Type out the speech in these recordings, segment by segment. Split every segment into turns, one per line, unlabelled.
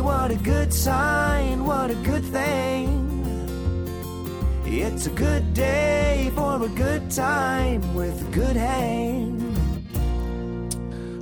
what a good sign, what a good thing. It's a good day for a good time with a good hang.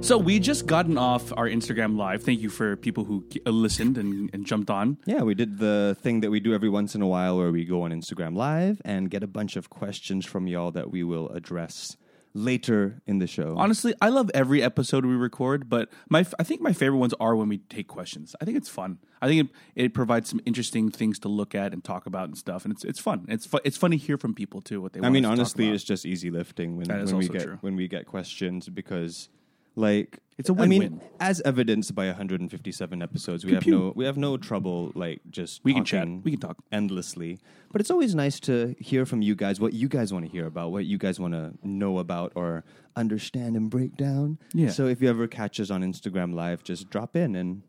So we just gotten off our Instagram live. Thank you for people who uh, listened and, and jumped on.
Yeah, we did the thing that we do every once in a while where we go on Instagram Live and get a bunch of questions from y'all that we will address later in the show.
Honestly, I love every episode we record, but my I think my favorite ones are when we take questions. I think it's fun. I think it, it provides some interesting things to look at and talk about and stuff, and it's it's fun. It's fu- it's fun to hear from people too what they.
I
want
mean,
us to talk
honestly,
about.
it's just easy lifting when,
That is
when we
also
get
true.
when we get questions because, like,
It's a
I
win-win.
mean, as evidenced by 157 episodes, we have
Pew-pew.
no we have no trouble like just
We can chat.
talking
We can talk.
endlessly. But it's always nice to hear from you guys what you guys want to hear about, what you guys want to know about or understand and break down.
Yeah.
So if you ever catch us on Instagram Live, just drop in and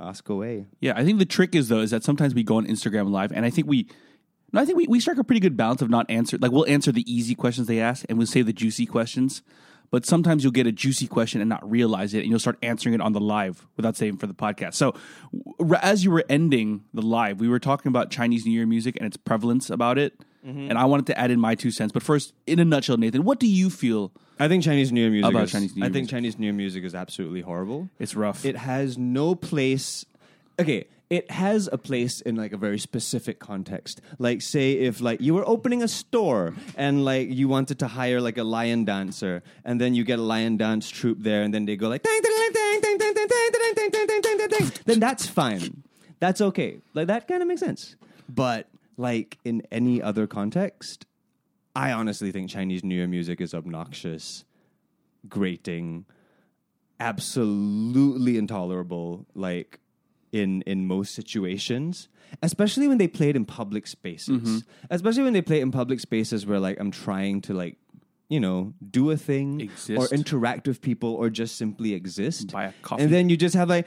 ask away.
Yeah, I think the trick is though is that sometimes we go on Instagram live, and I think we, no, I think we, we strike a pretty good balance of not answer. Like we'll answer the easy questions they ask, and we'll save the juicy questions. But sometimes you'll get a juicy question and not realize it, and you'll start answering it on the live without saving for the podcast. So, w- as you were ending the live, we were talking about Chinese New Year music and its prevalence about it, and I wanted to add in my two cents. But first, in a nutshell, Nathan, what do you feel?
I think Chinese New Year music.
About
is,
Chinese New
I
Year
think
music.
Chinese New Year music is absolutely horrible.
It's rough.
It has no place. Okay, it has a place in like a very specific context. Like, say, if like you were opening a store and like you wanted to hire like a lion dancer, and then you get a lion dance troupe there, and then they go like, "Dang, dang, dang, dang, dang, dang, dang, dang, dang, dang, dang, dang, dang, dang," then that's fine. That's okay. Like that kind of makes sense. But like in any other context, I honestly think Chinese New Year music is obnoxious, grating, absolutely intolerable like in in most situations especially when they play it in public spaces especially when they play it in public spaces where like i'm trying to like you know do a thing
Exist.
or interact with people or just simply exist
Buy a coffee.
and then you just have like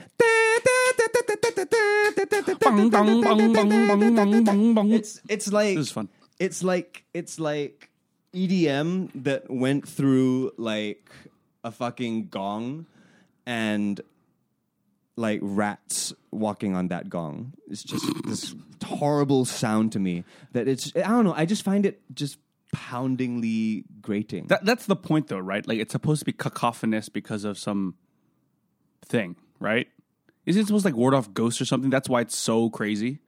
Bong, bong, bong, bong, bong, bong, bong, bong.
it's it's like
This is fun.
It's like it's like EDM that went through like a fucking gong and like rats walking on that gong. It's just this horrible sound to me that it's I don't know, I just find it just poundingly grating.
That, that's the point, though, right? Like, it's supposed to be cacophonous because of some thing, right? Isn't it supposed to like ward off ghosts or something? That's why it's so crazy.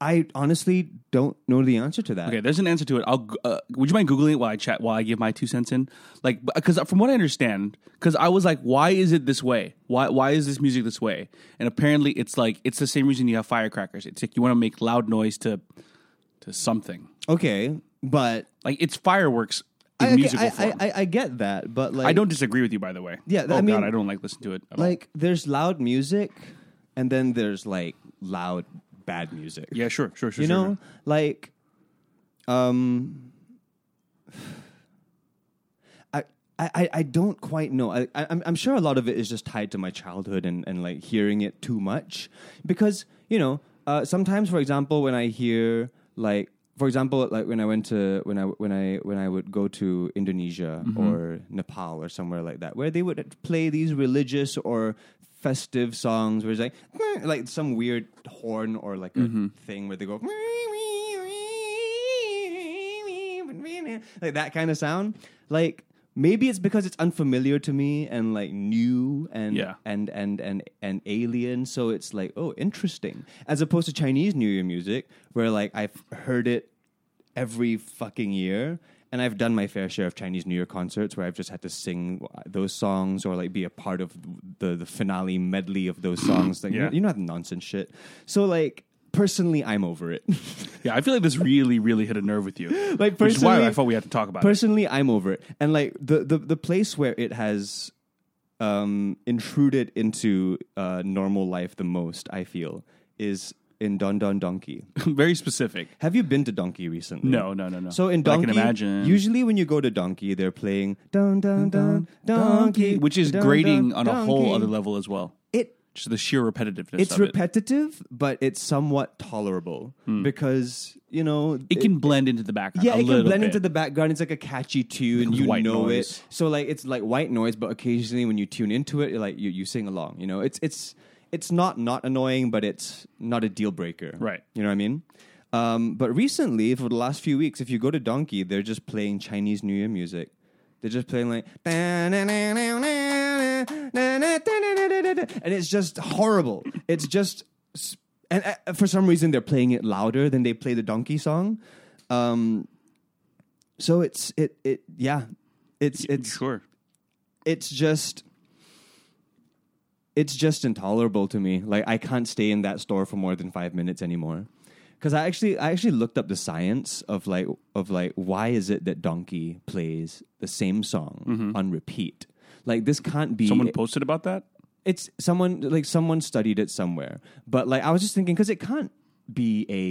I honestly don't know the answer to that.
Okay, there's an answer to it. I'll. g- Uh, would you mind googling it while I chat? While I give my two cents in, like, because from what I understand, because I was like, why is it this way? Why why is this music this way? And apparently, it's like it's the same reason you have firecrackers. It's like you want to make loud noise to to something.
Okay, but
Like it's fireworks in
I, okay,
musical
I,
form. I,
I, I, I get that, but like
don't disagree with you, by the way.
Yeah,
Oh
I mean,
God, I don't like listen to it. At all.
like there's loud music and then there's like loud bad music
yeah, sure, sure, sure.
you
sure,
know
sure.
like um I, I- I, I don't quite know. I, I, I'm- I'm sure a lot of it is just tied to my childhood and, and like hearing it too much. Because, you know, uh, sometimes, for example, when I hear like, for example, like when I went to, when I, when I, when I would go to Indonesia or Nepal or somewhere like that, where they would play these religious or festive songs where it's like, "Meh," like some weird horn or like a thing where they go, like that kind of sound. Like maybe it's because it's unfamiliar to me and like new and
Yeah.
and and and and alien. So it's like oh interesting, as opposed to Chinese New Year music where like I've heard it every fucking year and I've done my fair share of Chinese New Year concerts where I've just had to sing those songs or like be a part of the the finale medley of those songs. Like
Yeah.
you know that nonsense shit. So like personally, I'm over it.
Yeah, I feel like this really, really hit a nerve with you.
Like,
which is why
personally-
I thought we had to talk about it.
personally i'm over it and like the the, the place where it has um intruded into uh normal life the most i feel is in don don donkey
Very specific.
have you been to donkey recently
No, no, no, no.
so in
But
donkey
I can imagine.
usually when you go to donkey they're playing don don don donkey
which is
Dun, Dun,
grading on a whole
Donkey.
other level as well.
it
Just the sheer repetitiveness.
it's
of it.
repetitive but it's somewhat tolerable because you know
Hmm. It can blend into the background.
Yeah,
a
it can
little
blend
bit.
into the background. It's like a catchy tune. You
white
know
noise.
it. So like it's like white noise, but occasionally when you tune into it, you're like you you sing along. You know, it's it's it's not not annoying, but it's not a deal breaker.
Right.
You know what I mean? Um, but recently, for the last few weeks, if you go to Donkey, they're just playing Chinese New Year music. They're just playing like, and it's just horrible. It's just, s- and uh, for some reason they're playing it louder than they play the Donkey song. Um, so it's it it yeah, it's it's
sure.
it's just it's just intolerable to me. Like I can't stay in that store for more than five minutes anymore. Because I actually I actually looked up the science of like of like why is it that Donkey plays the same song on repeat? Like this can't be
Someone posted about that.
it's someone like someone studied it somewhere but like i was just thinking because it can't be a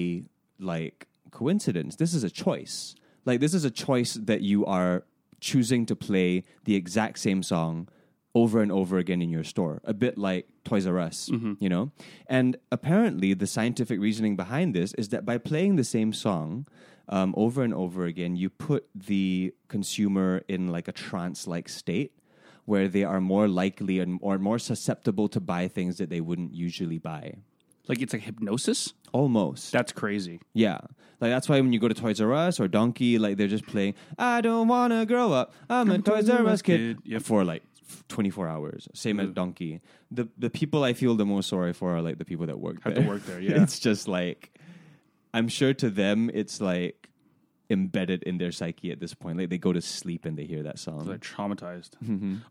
like coincidence this is a choice like this is a choice that you are choosing to play the exact same song over and over again in your store a bit like toys r us you know and apparently the scientific reasoning behind this is that by playing the same song um, over and over again you put the consumer in like a trance-like state where they are more likely and or more susceptible to buy things that they wouldn't usually buy.
Like it's like hypnosis.
Almost.
That's crazy.
yeah. Like that's why when you go to Toys R Us or Donkey, like they're just playing I don't wanna grow up. I'm a Toys R Us kid.
kid. Yep.
For like twenty four hours. Same as Donkey. The the people I feel the most sorry for are like the people that work
Have to
there.
work there, yeah.
it's just like I'm sure to them it's like embedded in their psyche at this point. Like they go to sleep and they hear that song.
They're traumatized.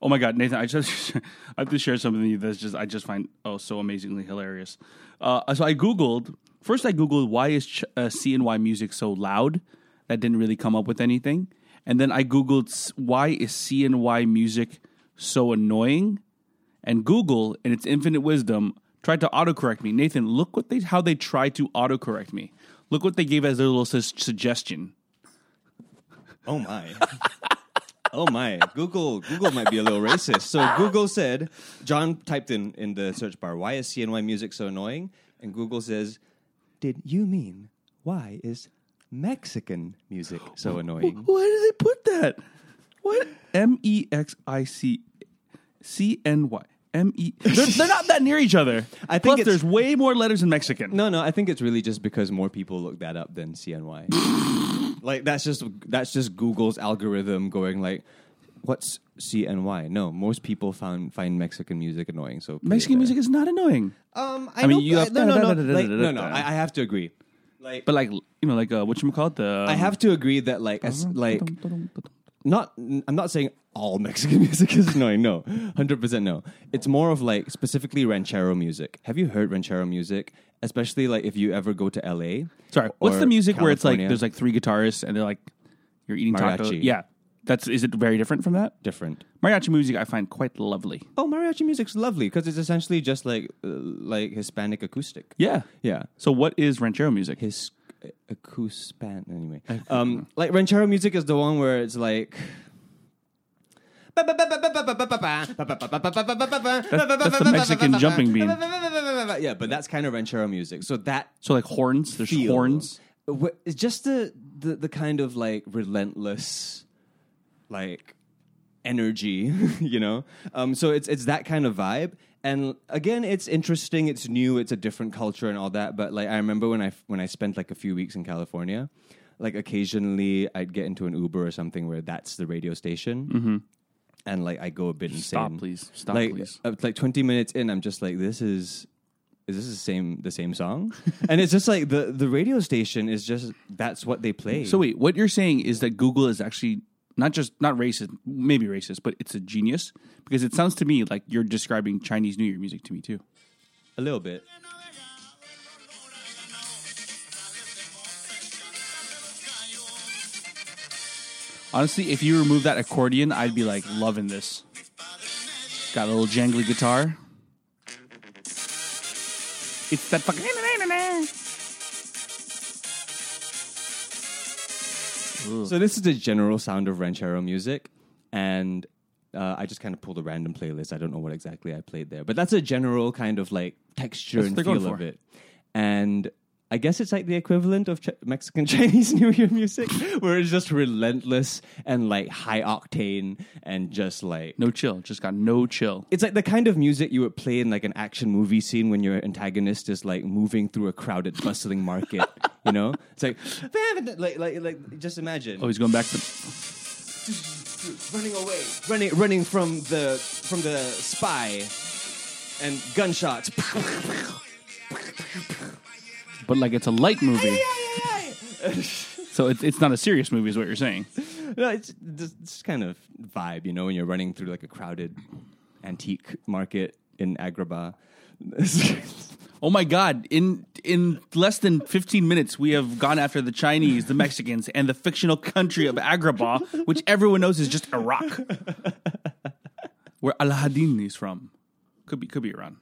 Oh my god, Nathan! I just I have to share something with you that's just I just find oh so amazingly hilarious. Uh, so I googled first. I googled why is ch- uh, CNY music so loud? That didn't really come up with anything. And then I googled s- why is CNY music so annoying? And Google, in its infinite wisdom, tried to autocorrect me. Nathan, look what they how they tried to autocorrect me. Look what they gave as their little sus- suggestion.
Oh my. Oh my! Google Google might be a little racist. So Google said, John typed in in the search bar, "Why is CNY music so annoying?" And Google says, "Did you mean why is Mexican music so annoying?"
Why did they put that? What? M E X I C C N Y. M E. They're, they're not that near each other.
I think
Plus,
it's-
there's way more letters in Mexican.
No, no, I think it's really just because more people look that up than CNY. like that's just that's just Google's algorithm going like, "What's CNY?" No, most people found find Mexican music annoying. So put it
Mexican
there.
music is not annoying.
Um, I,
I mean,
know,
you
I-
have-
no, no, no, like, no, no.
da-da-da-da-da.
I, I have to agree. Like,
But like, you know, like uh, what you call it? The um,
I have to agree that like, as, like, not. I'm not saying all Mexican music is annoying. No, hundred percent no. It's more of like specifically ranchero music. Have you heard ranchero music? Especially like if you ever go to LA.
Sorry, what's
or
the music where it's like
California.
there's like three guitarists and they're like you're eating tacos.
Mariachi.
Yeah, that's is it very different from that?
different?
Mariachi music I find quite lovely.
Oh, mariachi music's lovely because it's essentially just like uh, like Hispanic acoustic.
Yeah,
Yeah.
So what is ranchero music?
his acouspan anyway. Um, like ranchero music is the one where it's like. That's,
that's the Mexican jumping bean.
Yeah, but that's kind of ranchero music. So that
So like horns. There's
feel,
horns.
wh- it's just the, the the kind of like relentless, like energy, you know. Um, so it's it's that kind of vibe. And again, it's interesting. It's new. It's a different culture and all that. But like, I remember when I f- when I spent like a few weeks in California, like occasionally I'd get into an Uber or something where that's the radio station, and like I go a bit insane.
Mm-hmm. Stop, please. Stop,
like,
please.
uh, like twenty minutes in, I'm just like, this is is this the same the same song? and it's just like the the radio station is just that's what they play.
So wait, what you're saying is that Google is actually not just not racist, maybe racist, but it's a genius because it sounds to me like you're describing Chinese New Year music to me too.
a little bit.
Honestly, if you remove that accordion, I'd be like loving this. Got a little jangly guitar. It's that fucking.
So this is the general sound of ranchero music, and uh, I just kind of pulled a random playlist. I don't know what exactly I played there, but that's a general kind of like texture
That's
and
what they're
feel
going
of
for.
it. And I guess it's like the equivalent of Ch- Mexican Chinese New Year music, where it's just relentless and like high octane and just like
No chill, just got no chill.
it's like the kind of music you would play in like an action movie scene when your antagonist is like moving through a crowded, bustling market. you know, it's like like like like just imagine
Oh, he's going back to.
running away, running running from the from the spy, and gunshots.
But like it's a light movie, so it's it's not a serious movie, is what you're saying.
no, it's just it's kind of vibe, you know, when you're running through like a crowded antique market in Agrabah.
Oh my God! In in less than fifteen minutes, we have gone after the Chinese, the Mexicans, and the fictional country of Agrabah, which everyone knows is just Iraq, where Aladdin is from. Could be could be Iran.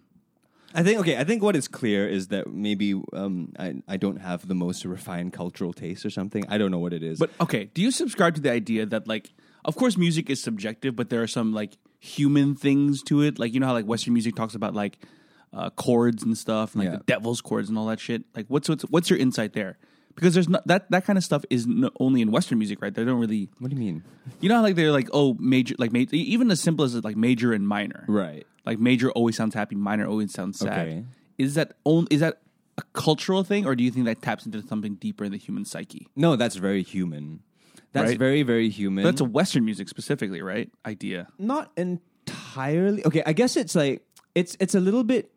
I think okay. I think what is clear is that maybe um, I I don't have the most refined cultural taste or something. I don't know what it is.
But okay, do you subscribe to the idea that like, of course, music is subjective, but there are some like human things to it. Like you know how like Western music talks about like uh, chords and stuff, and like
Yeah.
the devil's chords and all that shit. Like what's what's what's your insight there? Because there's not that that kind of stuff is no, only in Western music, right? They don't really
what do you mean?
You know how like they're like oh major like ma- even as simple as like major and minor.
Right.
Like major always sounds happy, minor always sounds sad.
Okay.
Is that on, is that a cultural thing or do you think that taps into something deeper in the human psyche?
No, that's very human. That's
Right?
very very human.
That's a western music specifically, right? Idea.
not entirely okay i guess it's like it's it's a little bit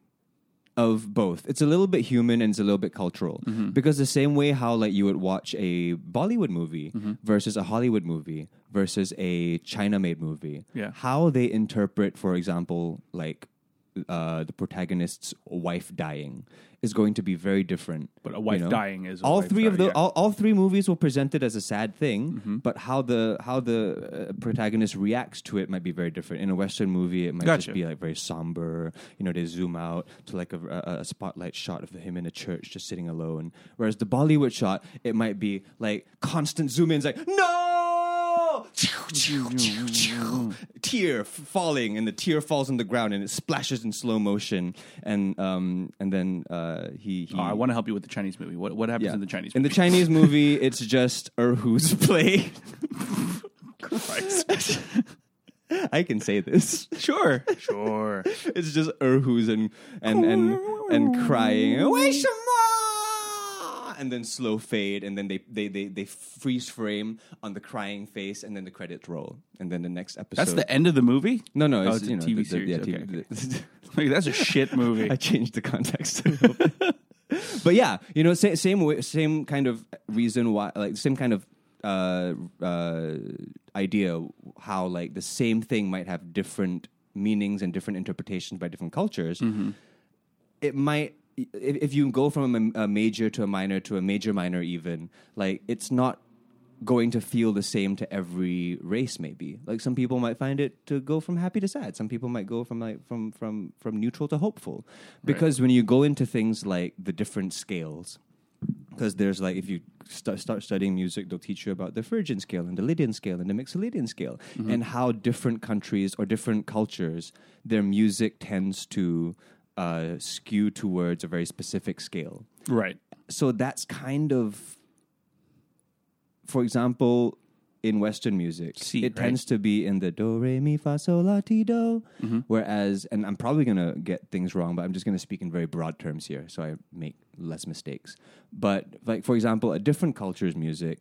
of both it's a little bit human and it's a little bit cultural
Mm-hmm.
because the same way how like you would watch a bollywood movie
Mm-hmm.
versus a hollywood movie versus a china made movie
Yeah.
how they interpret for example like uh, the protagonist's wife dying is going to be very different
But a wife dying is a
all
wife
three of the
dying, yeah.
all, all three movies were presented as a sad thing,
Mm-hmm.
but how the how the uh, protagonist reacts to it might be very different. In a Western movie, it might
Gotcha.
just be like very somber. You know, they zoom out to like a, a, a spotlight shot of him in a church just sitting alone. Whereas the Bollywood shot, it might be like constant zoom ins, like no. Tear f- falling, and the tear falls on the ground, and it splashes in slow motion, and um, and then uh, he. he
Oh, I want to help you with the Chinese movie. What what happens in the Chinese
in
movie?
the Chinese movie, it's just Erhu's play. I can say this.
sure. Sure.
It's just Erhu's and and and and crying. "为什么?" And then slow fade, and then they, they they they freeze frame on the crying face, and then the credits roll, and then the next episode.
That's the end of the movie?
no no.
Oh, it's
It's,
a
you know,
TV
the- the-
series.
yeah,
Okay,
TV
Like, that's a shit movie.
I changed the context. a little bit. but yeah, you know, sa- same way, same kind of reason why, like same kind of uh, uh, idea how like the same thing might have different meanings and different interpretations by different cultures. It might. i- If you go from a m- a major to a minor to a major minor, even like it's not going to feel the same to every race maybe like some people might find it to go from happy to sad some people might go from like from from from neutral to hopeful because when you go into things like the different scales because there's like if you st- start studying music they'll teach you about the phrygian scale and the lydian scale and the mixolydian scale and how different countries or different cultures their music tends to uh, skew towards a very specific scale
right.
so that's kind of for example in western music
C,
it
right?
tends to be in the do re mi fa sol la ti do whereas and i'm probably going to get things wrong but i'm just going to speak in very broad terms here so i make less mistakes but like for example a different culture's music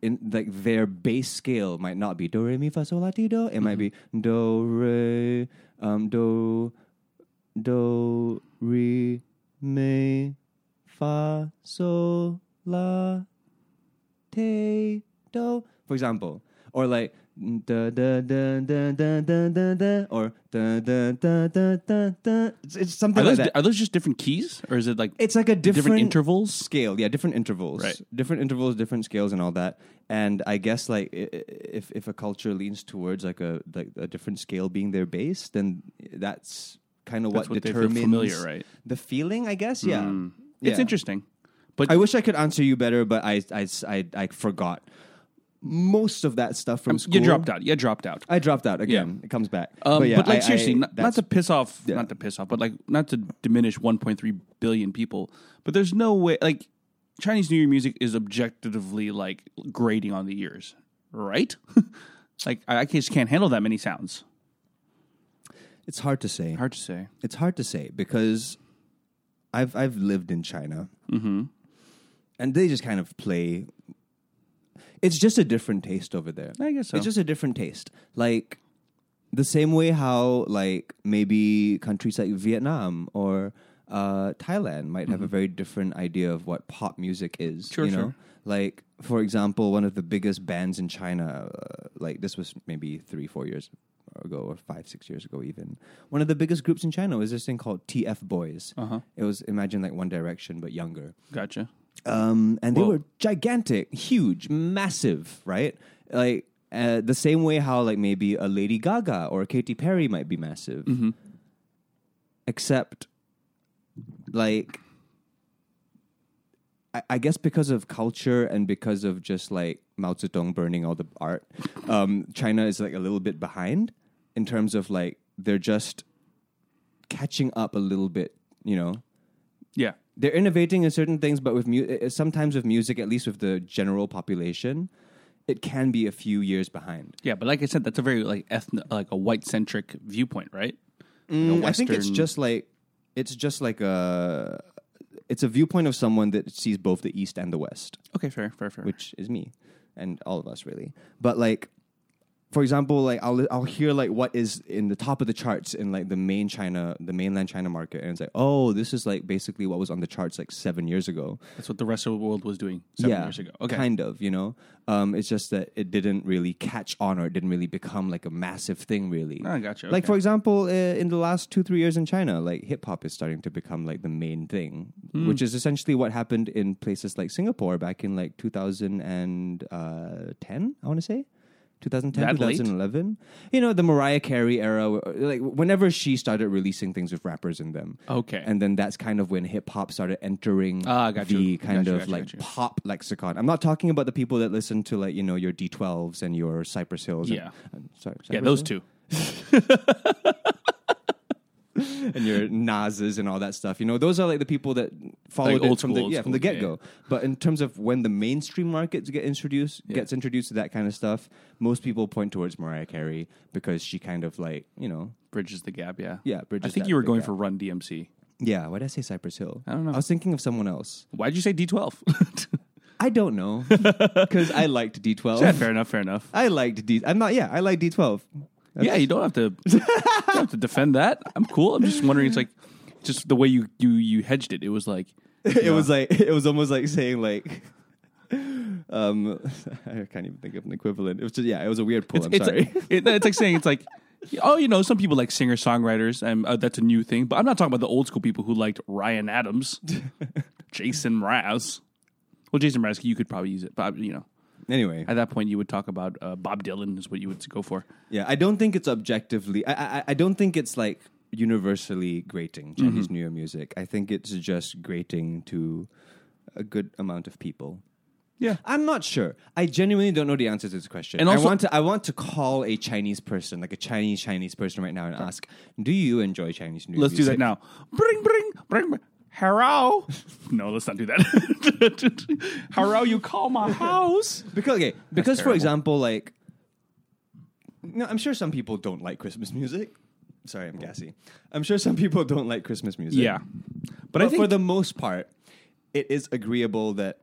in like their base scale might not be do re mi fa sol la ti do it might be do re um do do re me, fa, sol, la, te, do. For example, or like da da da da da da da da, or da da da da da da. It's, it's something
Are
like
those,
that.
are those just different keys, or is it like
It's like a different,
different intervals?
scale. Yeah, different intervals.
Right.
Different intervals, different scales, and all that. And I guess like i- i- if if a culture leans towards like a like a different scale being their base, then that's kind of what,
That's what they feel
determines
familiar, right? Hmm.
the feeling. I guess. Yeah.
It's
Yeah.
interesting, but
I wish I could answer you better, but I I I, I forgot most of that stuff from school.
Um, you dropped out. You dropped out.
I dropped out again. It comes back.
Um, but,
yeah,
like
I-
seriously,
I-
not, not
that's-
to piss off, not to piss off, but like not to diminish 1.3 billion people. But there's no way like Chinese New Year music is objectively like grating on the ears, right? like I, I just can't handle that many sounds.
it's hard to say.
Hard to say.
It's hard to say because I've I've lived in China, mm-hmm. and they just kind of play. It's just a different taste over there.
I guess so.
It's just a different taste, like the same way how like maybe countries like Vietnam or uh, Thailand might have a very different idea of what pop music is.
Mm-hmm. Sure,
you know?
sure.
Like for example, one of the biggest bands in China, uh, like this was maybe three, four years ago, or five, six years ago, even one of the biggest groups in China was this thing called TF Boys. Uh-huh. It was imagine like One Direction but younger.
Gotcha.
Um, and they
Whoa.
were gigantic, huge, massive, right? Like uh, the same way how like maybe a Lady Gaga or a Katy Perry might be massive, except like I, I guess because of culture and because of just like Mao Zedong burning all the art, um, China is like a little bit behind in terms of like they're just catching up a little bit, you know
Yeah.
they're innovating in certain things, but with mu- uh, sometimes with music, at least with the general population, it can be a few years behind.
Yeah, but like I said, that's a very like ethno, like a white centric viewpoint, right? Like a
Mm, I think it's
Western-
just like it's just like a it's a viewpoint of someone that sees both the East and the West,
okay, fair, fair, fair.
which is me and all of us really. But like, for example, like I'll I'll hear like what is in the top of the charts in like the main China, the mainland China market, and it's like, oh, this is like basically what was on the charts like seven years ago.
that's what the rest of the world was doing seven years ago. Okay,
Kind of, you know? Um, it's just that it didn't really catch on or it didn't really become like a massive thing, really.
I gotcha,
Like,
okay.
for example, uh, in the last two, three years in China, like hip hop is starting to become like the main thing,
Hmm.
which is essentially what happened in places like Singapore back in like 2010, I want to say. 2010,
That late?
2011. You know, the Mariah Carey era, uh, like whenever she started releasing things with rappers in them.
Okay.
And then that's kind of when hip hop started entering
Ah, got
the
you.
kind
Got you,
of
got you,
like
got you.
pop lexicon. I'm not talking about the people that listen to like you know your D12s and your Cypress Hills. and-
Yeah.
and, sorry,
yeah,
Cypress
those
Hill?
two.
and your Nas's and all that stuff. You know, those are like the people that followed
Like old
it from
school,
the
old
yeah from
school,
the
yeah,
get go. But in terms of when the mainstream market get introduced gets introduced to that kind of stuff, most people point towards Mariah Carey because she kind of like you know
Bridges the gap, yeah,
Yeah,
I
bridges
think
that
you were
big
going
gap.
for Run DMC.
yeah. Why did I say Cypress Hill? I
don't know.
I was thinking of someone else.
Why'd you say D twelve?
I don't know because I liked D12.
fair enough. Fair enough.
I liked D. I'm not. Yeah, I like D12.
yeah, you don't have to you don't have to defend that. I'm cool. I'm just wondering. It's like just the way you you you hedged it. It was like
it was like it was almost like saying like. Um, I can't even think of an equivalent. It was just, yeah, it was a weird pull. I'm
it's
sorry.
it- it's like saying it's like oh you know some people like singer songwriters and uh, that's a new thing. But I'm not talking about the old school people who liked Ryan Adams, Jason Mraz. Well, Jason Mraz, you could probably use it, but you know
anyway,
at that point you would talk about uh, Bob Dylan is what you would go for.
yeah, I don't think it's objectively. I I, I don't think it's like universally grating
Mm-hmm.
Chinese New Year music. I think it's just grating to a good amount of people.
Yeah.
I'm not sure. I genuinely don't know the answer to this question.
And
And
also-
I want to I want to call a Chinese person, like a Chinese Chinese person, right now, and ask, "Do you enjoy Chinese New Year?"
Let's do that
music?
now. Bring, bring, bring, bring. Hello. No, let's not do that. Hello, you call my house.
Because okay, because for
terrible.
example, like, no, I'm sure some people don't like Christmas music. Sorry, I'm gassy. I'm sure some people don't like Christmas music.
Yeah.
but,
I think-
for the most part, it is agreeable that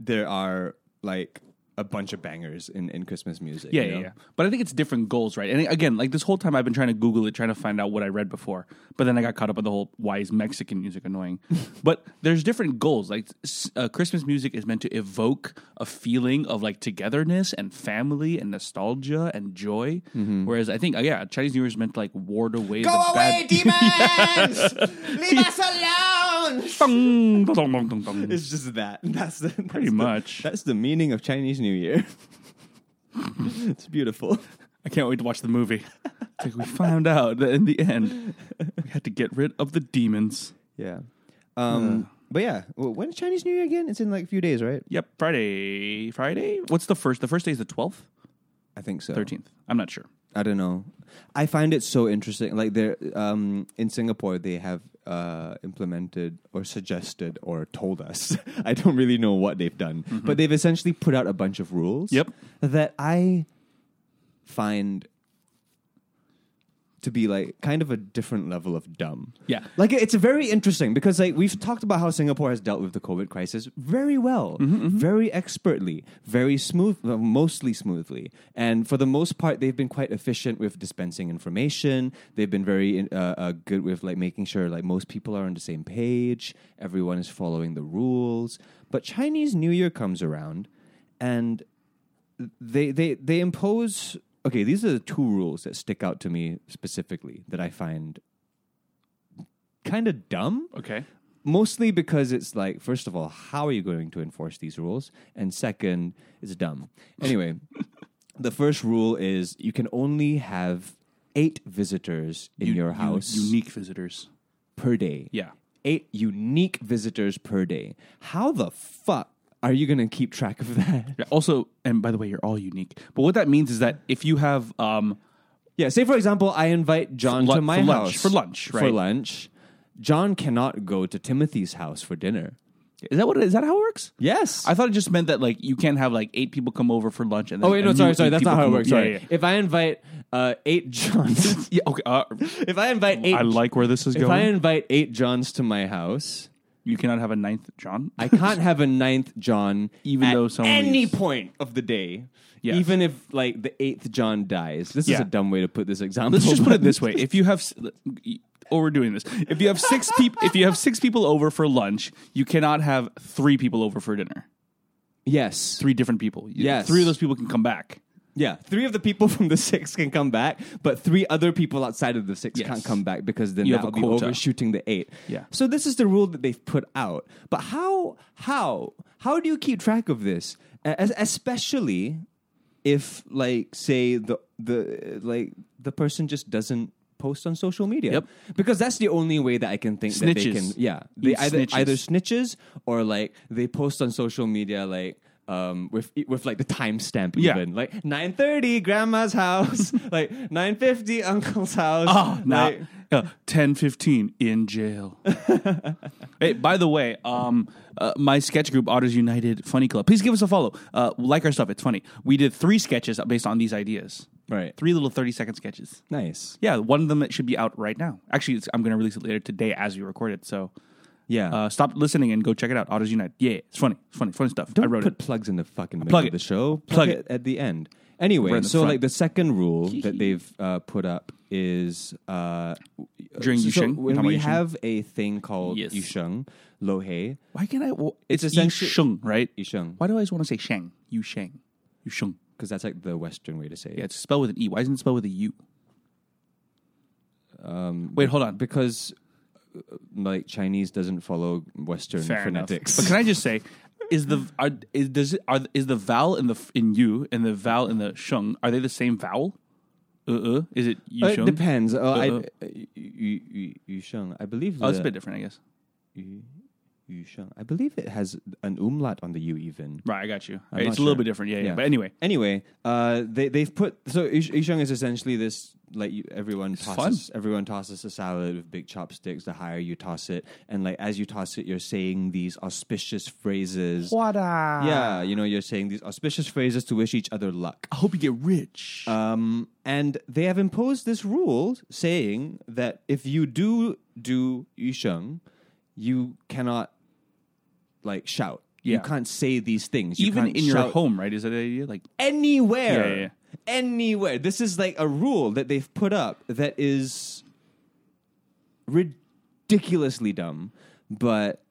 there are like a bunch of bangers in, in Christmas music.
Yeah,
you
yeah,
know?
yeah. But I think it's different goals, right? And again, like this whole time I've been trying to Google it, trying to find out what I read before. But then I got caught up on the whole why is Mexican music annoying? but there's different goals. Like s- uh, Christmas music is meant to evoke a feeling of like togetherness and family and nostalgia and joy.
Mm-hmm.
Whereas I think, uh, yeah, Chinese New Year is meant to like ward away. the bad-
demons! Leave us alone!
Dong, dong, dong, dong, dong.
It's just that. That's the, that's
Pretty
the-
much.
That's the meaning of Chinese New Year. it's beautiful.
I can't wait to watch the movie. It's like we found out that in the end we had to get rid of the demons.
Yeah. Um, But yeah, w- when's Chinese New Year again? It's in like a few days, right?
Yep, Friday. Friday? What's the first? The first day is the 12th?
I think so.
13th. I'm not sure.
I don't know. I find it so interesting. Like they're um, in Singapore, they have uh, implemented or suggested or told us. I don't really know what they've done, but they've essentially put out a bunch of rules.
Yep.
That I find to be like kind of a different level of dumb.
Yeah.
Like it's very interesting because like we've talked about how Singapore has dealt with the COVID crisis very well, very expertly, very smooth, well, mostly smoothly, and for the most part they've been quite efficient with dispensing information. They've been very uh, uh, good with like making sure like most people are on the same page, everyone is following the rules. But Chinese New Year comes around, and they they they impose okay these are the two rules that stick out to me specifically that i find kind of dumb
Okay.
mostly because it's like first of all how are you going to enforce these rules and second it's dumb anyway the first rule is you can only have eight visitors in your house
unique visitors.
per day
Yeah.
eight unique visitors per day how the fuck are you going to keep track of that
Yeah, Also, and by the way, you're all unique. But what that means is that if you have, um,
Yeah, say for example, I invite John
lu-
to my
for lunch-
house
for lunch,
For
right?
lunch, John cannot go to Timothy's house for dinner.
is that what is that how it works?
Yes.
I thought it just meant that like you can't have like eight people come over for lunch and then,
oh wait, no,
and
sorry,
you-
sorry,
eight
that's
people
not how it
come
works.
over.
sorry,
Yeah, yeah,
if I invite uh, eight Johns,
yeah. Yeah, okay. Uh,
if I invite eight,
I like where this is
if I
going.
invite eight Johns to my house,
you cannot have a ninth John.
I can't have a ninth John,
Even
at
though someone
any
leaves.
point of the day,
Yes.
even if like the eighth John dies. This is
Yeah.
a dumb way to put this example.
Let's just put
but-
it this way: if you have, s- or we're doing this, if you have six people, if you have six people over for lunch, you cannot have three people over for dinner.
yes,
Three different people. You-
Yes.
three of those people can come back.
Yeah, three of the people from the six can come back, but three other people outside of the six
Yes.
can't come back because then
You
that
have a
would be
quota.
overshooting the eight.
Yeah.
So this is the rule that they've put out. But how how how do you keep track of this? As, especially if like say the the like the person just doesn't post on social media.
Yep.
Because that's the only way that I can think that they can
Snitches.
yeah. They
Eat
either
snitches.
either snitches or like they post on social media like um with with like the timestamp
Yeah.
even like nine thirty grandma's house like nine fifty uncle's house
Oh, now
like,
uh, ten fifteen in jail. hey, by the way, um, uh, my sketch group Otters United Funny Club. Please give us a follow. Uh, like our stuff; it's funny. We did three sketches based on these ideas.
right
Three little thirty second sketches.
nice
Yeah, one of them that should be out right now. Actually, it's, I'm going to release it later today as we record it. So
yeah
Uh, stop listening and go check it out. Autos Unite. Yeah, it's funny. It's funny. Funny stuff. I
don't
wrote
put
it.
plugs in the fucking middle
Plug
of
it.
the show plug,
Plug
it.
it.
at the end anyway
in the
so
front.
like the second rule that they've uh, put up is uh
During
so, so
Yusheng? You're
when
talking
we
about Yusheng?
have a thing called
Yes.
Yusheng Lohei
Why can't I? Well,
It's
it's
essentially-
essentially Sheng, right?
Yusheng
Why do I always want to say Shang? You Shang. You Sheng.
because that's like the western way to say it
Yeah, it's spelled with an E. Why isn't it spelled with a U? Um, Wait, hold on.
because uh, like Chinese doesn't follow Western
Fair enough.
phonetics.
But can I just say, is the are, is does it, are is the vowel in the f- in you and the vowel in the Sheng are they the same vowel? Uh uh. Is it you
Uh,
Sheng?
it depends. Uh, I,
Uh-uh.
uh, Yu- Yu- Yu- Yusheng, I believe.
Oh, it's a
the-
bit different, I guess.
Yu- Yusheng. I believe it has an umlaut on the U even.
Right, I got you.
I'm
it's
not
a little
sure.
bit different. Yeah, yeah,
Yeah.
But anyway,
Anyway, uh, they they've put so Yush- Yusheng is essentially this like you, everyone tosses everyone tosses a salad with big chopsticks. The higher you toss it, and like as you toss it, you're saying these auspicious phrases. Yeah, you know, you're saying these auspicious phrases to wish each other luck.
I hope you get rich.
Um, and they have imposed this rule saying that if you do do yusheng, you cannot like shout.
Yeah.
You can't say these things. You
Even
can't
in your
shout
home, right? Is that the idea? Like,
anywhere.
Yeah, yeah, yeah.
Anywhere. This is like a rule that they've put up that is ridiculously dumb, but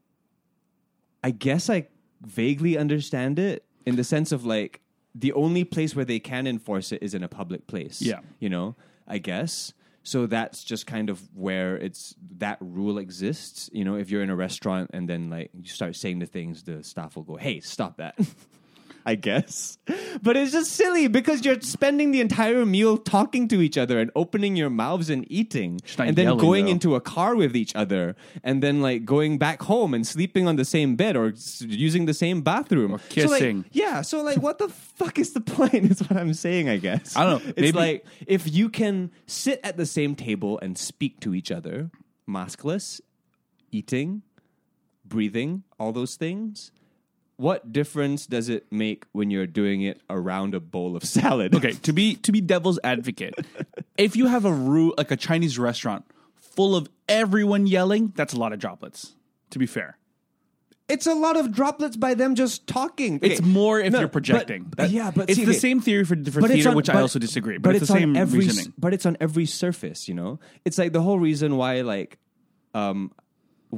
I guess I vaguely understand it in the sense of like the only place where they can enforce it is in a public place.
Yeah.
You know, I guess. So that's just kind of where it's that rule exists. You know, if you're in a restaurant and then like you start saying the things, the staff will go, hey, stop that. I guess. But it's just silly because you're spending the entire meal talking to each other and opening your mouths and eating
not
and then
yelling,
going
though.
into a car with each other and then like going back home and sleeping on the same bed or s- using the same bathroom
Or
So, like,
kissing.
yeah, so like what the fuck is the point is what I'm saying, I guess.
I don't know,
It's
maybe-
like if you can sit at the same table and speak to each other, maskless, eating, breathing, all those things, what difference does it make when you're doing it around a bowl of salad?
okay, to be to be devil's advocate, if you have a roux like a Chinese restaurant full of everyone yelling, that's a lot of droplets. To be fair,
It's a lot of droplets by them just talking.
it's
Okay.
more if
No,
you're
but-
projecting.
but- yeah, but
it's
see,
the
okay.
same theory for, for theater, which I also disagree. But, it's, the
on
same
every, s-
reasoning.
But it's on every surface, you know. It's like the whole reason why, like, um,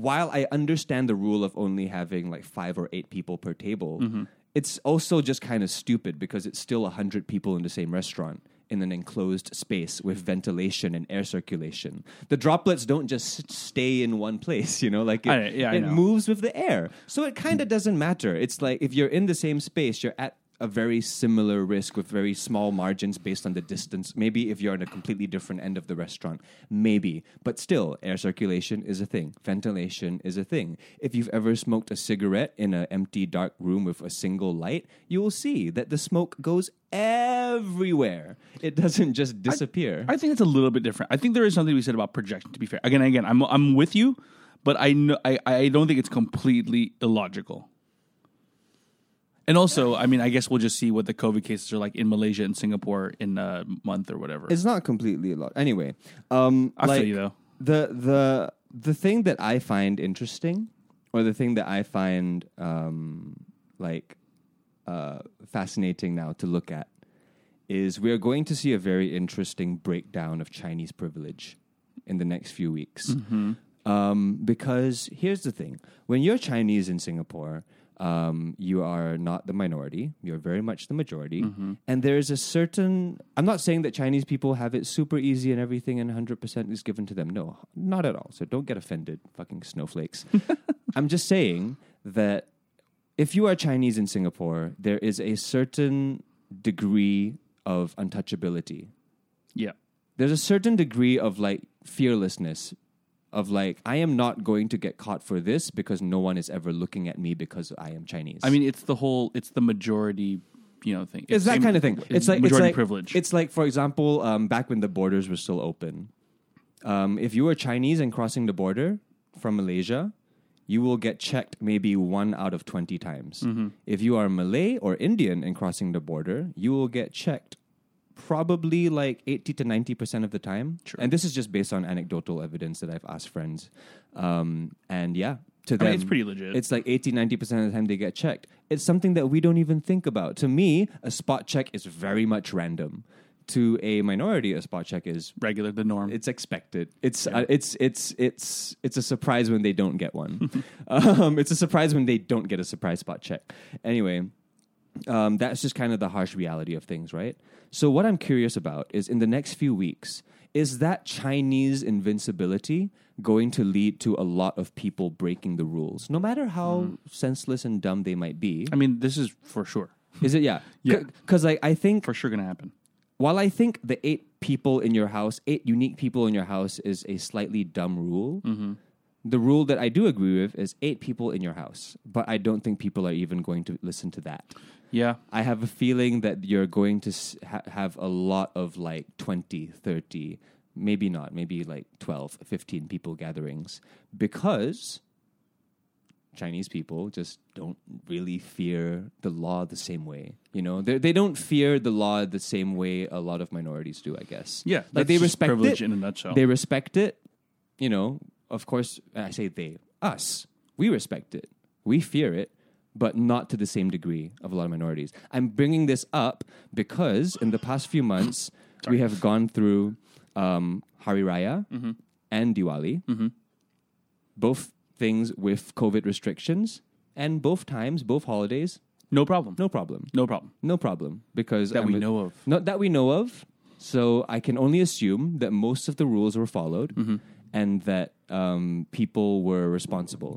while I understand the rule of only having like five or eight people per table,
Mm-hmm.
it's also just kind of stupid because it's still hundred people in the same restaurant in an enclosed space with ventilation and air circulation. The droplets don't just s- stay in one place, you know. Like it,
I- yeah, I
it
know.
moves with the air, so it kind of doesn't matter. It's like if you're in the same space, you're at a very similar risk with very small margins based on the distance. Maybe if you're on a completely different end of the restaurant, maybe. But still, air circulation is a thing. Ventilation is a thing. If you've ever smoked a cigarette in an empty, dark room with a single light, you will see that the smoke goes everywhere. It doesn't just disappear.
I think it's a little bit different. I think there is something to be said about projection. To be fair, again, again, I'm I'm with you, but I know I, I don't think it's completely illogical. And also, I mean, I guess we'll just see what the COVID cases are like in Malaysia and Singapore in a month or whatever.
it's not completely a lot. Anyway, um,
I feel
like,
you, though.
The the the thing that I find interesting, or the thing that I find um, like uh, fascinating now to look at, is we are going to see a very interesting breakdown of Chinese privilege in the next few weeks.
Mm-hmm.
Um, because here's the thing: when you're Chinese in Singapore, um, you are not the minority; you're very much the majority. And there is a certain. I'm not saying that Chinese people have it super easy and everything, and 100 percent is given to them. No, not at all. So don't get offended, fucking snowflakes. I'm just saying that if you are Chinese in Singapore, there is a certain degree of untouchability
yeah,
there's a certain degree of like fearlessness of like I am not going to get caught for this because no one is ever looking at me because I am Chinese.
I mean, it's the whole, it's the majority, you know, thing.
it's that
same-
kind of thing. It's like
majority
it's like,
privilege.
It's like for example, um, back when the borders were still open, um, if you were Chinese and crossing the border from Malaysia, you will get checked maybe one out of twenty times.
Mm-hmm.
If you are Malay or Indian and crossing the border, you will get checked probably like 80 to 90% of the time. And this is just based on anecdotal evidence that I've asked friends. Um, and yeah, to them,
mean, it's pretty legit.
It's like 80, 90% of the time they get checked. It's something that we don't even think about. To me, a spot check is very much random. To a minority, a spot check is
regular, the norm.
it's expected. It's uh, it's it's it's it's a surprise when they don't get one. um, it's a surprise when they don't get a surprise spot check. Anyway, um, that's just kind of the harsh reality of things, right? So what I'm curious about is in the next few weeks, is that Chinese invincibility going to lead to a lot of people breaking the rules, no matter how senseless and dumb they might be?
Mm-hmm. I mean, this is for sure,
Is it yeah?
Yeah.
Because like I think
for sure going to happen.
while I think the eight people in your house, eight unique people in your house is a slightly dumb rule, the rule that I do agree with is eight people in your house. But I don't think people are even going to listen to that.
Yeah,
I have a feeling that you're going to s- ha- have a lot of like 20, 30, maybe not, maybe like 12, 15 people gatherings because Chinese people just don't really fear the law the same way. You know, They're, they don't fear the law the same way a lot of minorities do, I guess.
Yeah,
Like
that's
they
just
respect
privilege
it.
in a nutshell.
They respect it. You know, of course, I say they, us, we respect it. We fear it. but not to the same degree of a lot of minorities. I'm bringing this up because in the past few months, we have gone through um, Hari Raya and Diwali, both things with COVID restrictions, and both times, both holidays,
No problem.
no problem.
No problem.
No problem because
That we know of.
Not that we know of. So I can only assume that most of the rules were followed
Mm-hmm.
and that um, people were responsible.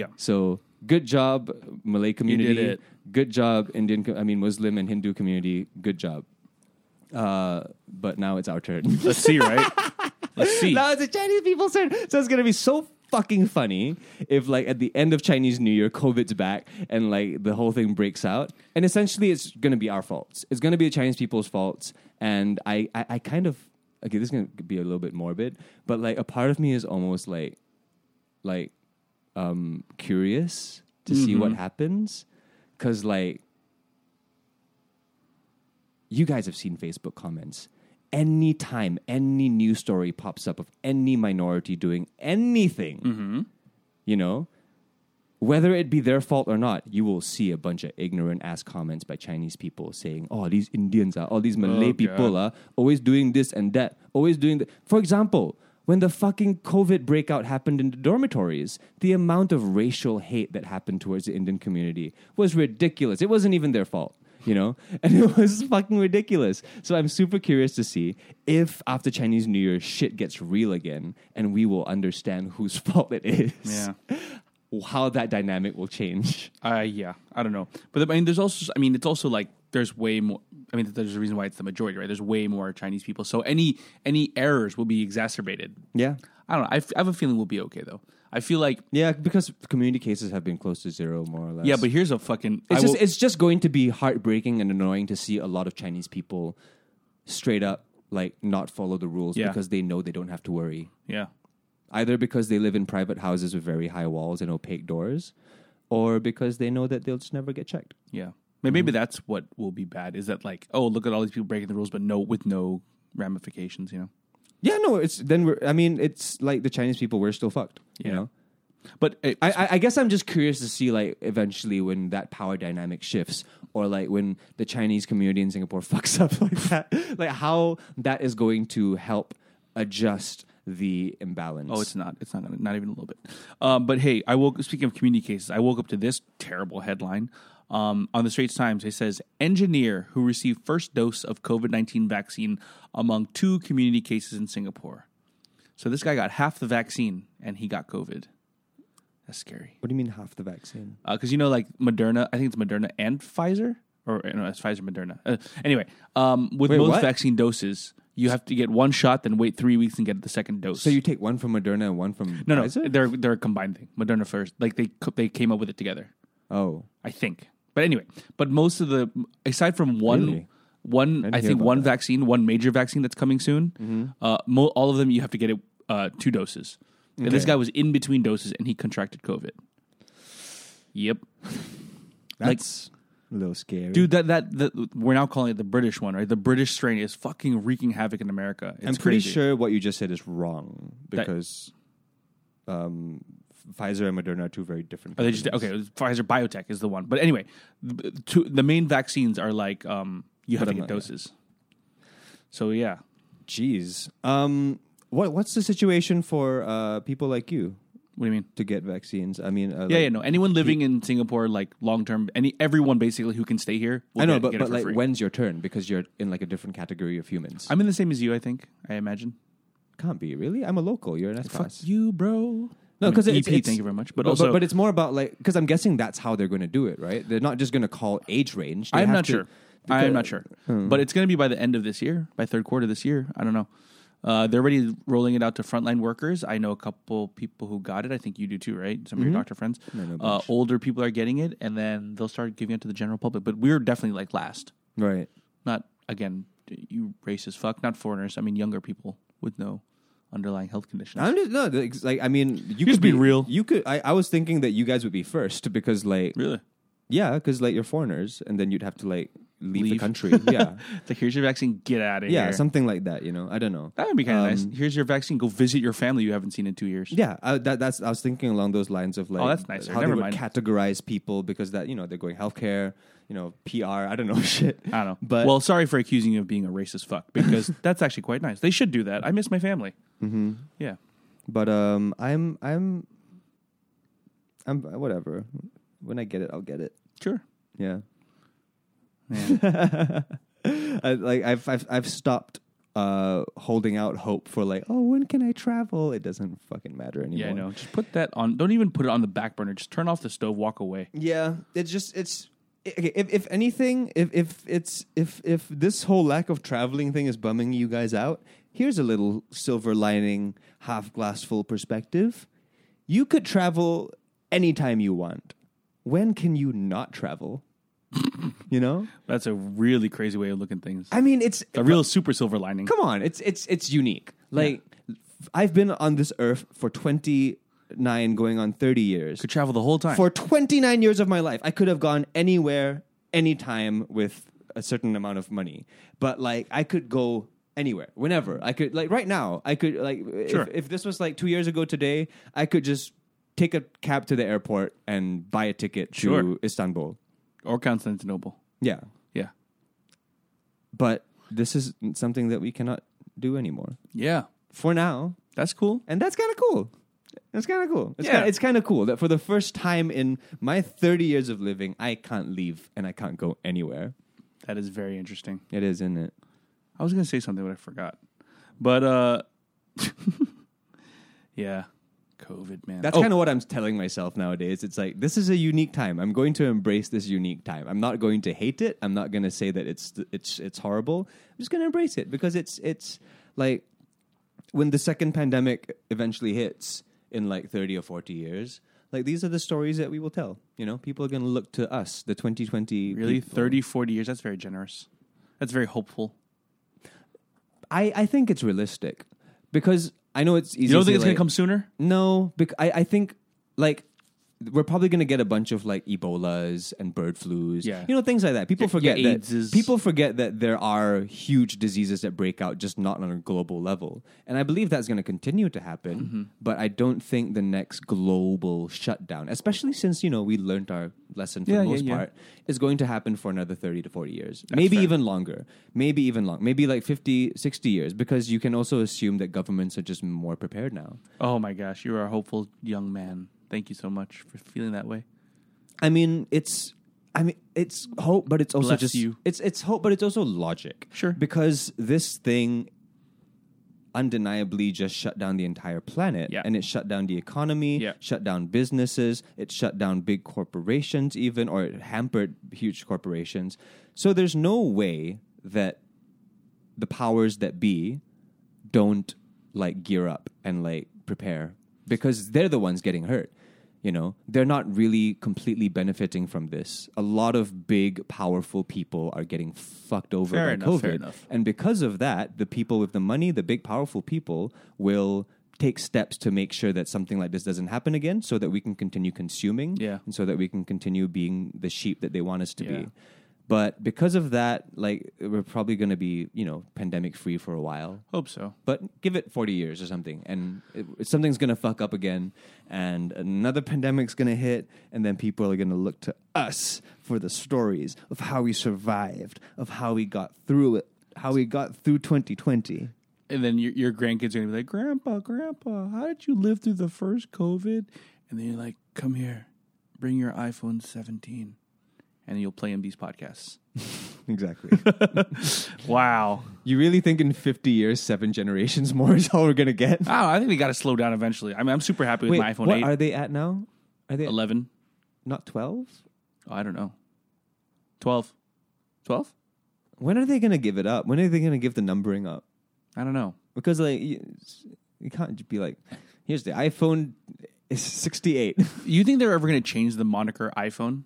Yeah.
So good job, Malay community.
it.
Good job, Indian. co- I mean, Muslim and Hindu community. Good job. Uh, but now it's our turn.
Let's see, right? Let's see.
now it's the Chinese people's turn. So it's gonna be so fucking funny if, like, at the end of Chinese New Year, COVID's back and like the whole thing breaks out. And essentially, it's gonna be our faults. It's gonna be the Chinese people's faults. And I, I, I kind of okay. This is gonna be a little bit morbid, but like a part of me is almost like, like um, curious to see what happens because like you guys have seen facebook comments anytime any news story pops up of any minority doing anything
Mm-hmm.
you know whether it be their fault or not, you will see a bunch of ignorant ass comments by Chinese people saying, "Oh, these Indians are, all these Malay
Oh,
people
God.
are always doing this and that, always doing that." For example, when the fucking COVID breakout happened in the dormitories, the amount of racial hate that happened towards the Indian community was ridiculous. It wasn't even their fault, you know, and it was fucking ridiculous. So I'm super curious to see if after Chinese New Year shit gets real again, and we will understand whose fault it is
Yeah.
how that dynamic will change.
Uh, yeah, I don't know, but I mean, there's also, I mean, it's also like there's way more. I mean, there's a reason why it's the majority, right? There's way more Chinese people, so any any errors will be exacerbated.
Yeah.
I don't know. I, f- I have a feeling we'll be okay though. I feel like
Yeah, because community cases have been close to zero, more or less.
yeah, but here's a fucking.
it's
I
just
will-
it's just going to be heartbreaking and annoying to see a lot of Chinese people straight up like not follow the rules
Yeah.
because they know they don't have to worry.
yeah,
Either because they live in private houses with very high walls and opaque doors, or because they know that they'll just never get checked.
yeah. Maybe, maybe
Mm-hmm.
that's what will be bad. Is that like, oh, look at all these people breaking the rules, but no, with no ramifications, you know?
Yeah, no, it's then we're I mean, it's like the Chinese people, we're still fucked.
Yeah.
You know?
But it,
I, I, I guess I'm just curious to see like eventually when that power dynamic shifts or like when the Chinese community in Singapore fucks up like that, like how that is going to help adjust the imbalance.
Oh, it's not. It's not. gonna- Not even a little bit. Um, but hey, I woke. Speaking of community cases, I woke up to this terrible headline um, on the Straits Times. It says engineer who received first dose of COVID nineteen vaccine among two community cases in Singapore. So this guy got half the vaccine and he got COVID. That's scary.
what do you mean half the vaccine?
Because you know, like Moderna, I think it's Moderna and Pfizer, or no, it's Pfizer Moderna. Uh, anyway, um, with
Wait,
most
what?
vaccine doses, you have to get one shot, then wait three weeks and get the second dose.
So you take one from Moderna and one from
No, no,
Pfizer?
they're they're a combined thing. Moderna first, like they co- they came up with it together,
Oh,
I think. But anyway, but most of the aside from one
Really?
one, I,
hear
think
about Mm-hmm.
one vaccine, one major vaccine that's coming soon. Uh, mo- all of them you have to get it uh, two doses. And this
Okay.
guy was in between doses and he contracted COVID. Yep, Like-
that's a little scary,
dude. That, that that we're now calling it the British one, right? The British strain is fucking wreaking havoc in America. It's
I'm pretty
crazy.
sure what you just said is wrong
That-
because um, Pfizer and Moderna are two very different.
Are they just okay?
companies.
it was Pfizer Biotech is the one, but anyway, the, two, the main vaccines are like um, you have
But
to
I'm
get
not-
doses. So yeah,
Jeez. Um, what what's the situation for uh, people like you
what do you mean?
to get vaccines? I mean, uh,
Yeah,
like-
yeah, no. Anyone living in Singapore, like long term, any everyone basically who can stay here, will
I know,
get,
but
get it
but
for
like,
free.
when's your turn? Because you're in like a different category of humans.
I'm in the same as you, I think. I imagine.
Can't be really. I'm a local. You're an S
Fuck
class.
you, bro. I
No,
mean,
because
EP, thank you very much. But, also,
but, it's more about like because I'm guessing that's how they're going to do it, right? They're not just going to call age range. They
I'm
have
not
to- Hmm.
sure. I'm not sure, but it's going to be by the end of this year, by third quarter this year. I don't know. Uh, they're already rolling it out to frontline workers. I know a couple people who got it. I think you do too, right? Some of your
Mm-hmm.
doctor friends. uh, older people are getting it, and then they'll start giving it to the general public. But we're definitely like last.
Right.
Not again, you racist fuck. Not foreigners. I mean, younger people with no underlying health conditions.
I'm just no. the- ex- Like I mean, you
Just
could
be real.
You could. I, I was thinking that you guys would be first because like
really?
yeah, because like you're foreigners, and then you'd have to like leave, the
Leave.
country. Yeah.
It's like, here's your vaccine, get out of
yeah,
here.
something like that, you know. I don't know.
that would be kind of
Um,
nice. Here's your vaccine, go visit your family you haven't seen in two years.
Yeah, I, that, that's I was thinking along those lines of like
Oh, that's nicer.
how
Never
they
mind.
would categorize people because that, you know, they're going healthcare, you know, PR, I don't know shit.
I don't know.
But
well, sorry for accusing you of being a racist fuck because that's actually quite nice. They should do that. I miss my family. Mm-hmm. Yeah.
But um, I'm I'm I'm whatever. When I get it, I'll get it.
Sure.
Yeah.
Yeah.
I, like I've I've I've stopped uh holding out hope for like oh when can I travel? It doesn't fucking matter anymore.
yeah, I know. Just put that on. Don't even put it on the back burner. Just turn off the stove, walk away.
Yeah, it's just it's i- okay, if if anything, if if it's if if this whole lack of traveling thing is bumming you guys out, here's a little silver lining, half glass full perspective. You could travel anytime you want. When can you not travel? you know?
That's a really crazy way of looking at things.
I mean, it's
a real super silver lining.
come on, it's it's it's unique. Like I've been on this earth for 29 going on 30 years.
Could travel the whole time.
for 29 years of my life i could have gone anywhere anytime with a certain amount of money but like i could go anywhere whenever i could like right now i could like
Sure.
if, if this was like two years ago today i could just take a cab to the airport and buy a ticket to
Sure.
istanbul
or Constantinople.
yeah
Yeah.
but this is something that we cannot do anymore
Yeah.
for now
That's cool.
and that's kind of cool. That's kind of cool. It's
Yeah.
kinda, it's kind of cool that for the first time in my 30 years of living, I can't leave and I can't go anywhere.
That is very interesting.
It is, isn't it?
I was going to say something, but I forgot. But, uh, yeah. COVID, man.
That's
Oh,
kind of what I'm telling myself nowadays. It's like this is a unique time. I'm going to embrace this unique time. I'm not going to hate it. I'm not going to say that it's it's it's horrible. I'm just going to embrace it because it's it's like when the second pandemic eventually hits in like 30 or 40 years, like these are the stories that we will tell. You know, people are going to look to us, the 2020
really?
people.
30, 40 years? That's very generous. That's very hopeful.
I, I think it's realistic because I know it's easy.
You don't
to
think
say,
it's going
like,
to come sooner?
No, bec- I I think like we're probably going to get a bunch of like Ebolas and bird flus.
Yeah.
you know things like that. People
Your-
forget
your
that
AIDS is-
people forget that there are huge diseases that break out, just not on a global level. And I believe that's going to continue to happen.
Mm-hmm.
But I don't think the next global shutdown, especially since you know we learned our lesson for
Yeah,
the
yeah,
most
yeah.
part, is going to happen for another 30 to 40 years. maybe
fair.
even longer. Maybe even long. Maybe like 50, 60 years because you can also assume that governments are just more prepared now.
Oh my gosh, you are a hopeful young man. Thank you so much for feeling that way.
I mean, it's I mean, it's hope, but it's also
Bless
just
you.
it's it's hope, but it's also logic.
Sure.
because this thing undeniably just shut down the entire planet
Yeah.
and it shut down the economy
Yeah.
shut down businesses it shut down big corporations even or it hampered huge corporations so there's no way that the powers that be don't like gear up and like prepare because they're the ones getting hurt you know they're not really completely benefiting from this a lot of big powerful people are getting fucked over
Fair
by
enough,
covid
fair enough.
and because of that the people with the money the big powerful people will take steps to make sure that something like this doesn't happen again so that we can continue consuming
Yeah.
and so that we can continue being the sheep that they want us to
Yeah.
be but because of that like we're probably going to be you know pandemic free for a while
Hope so.
but give it 40 years or something and it, something's going to fuck up again and another pandemic's going to hit and then people are going to look to us for the stories of how we survived of how we got through it how we got through 2020
And then your, your grandkids are going to be like, Grandpa, Grandpa, how did you live through the first COVID? And then you're like, come here, bring your iPhone 17. And you'll play him these podcasts.
exactly
Wow.
you really think in 50 years seven generations more is all we're going to get
Oh, I think we got to slow down eventually. I mean, I'm super happy with
wait
my iPhone
what
8.
are they at now are they
11.
not 12
Oh, I don't know. 12. 12?
when are they going to give it up when are they going to give the numbering up
I don't know.
because like you, you can't just be like, here's the iPhone is 68.
You think they're ever going to change the moniker iPhone?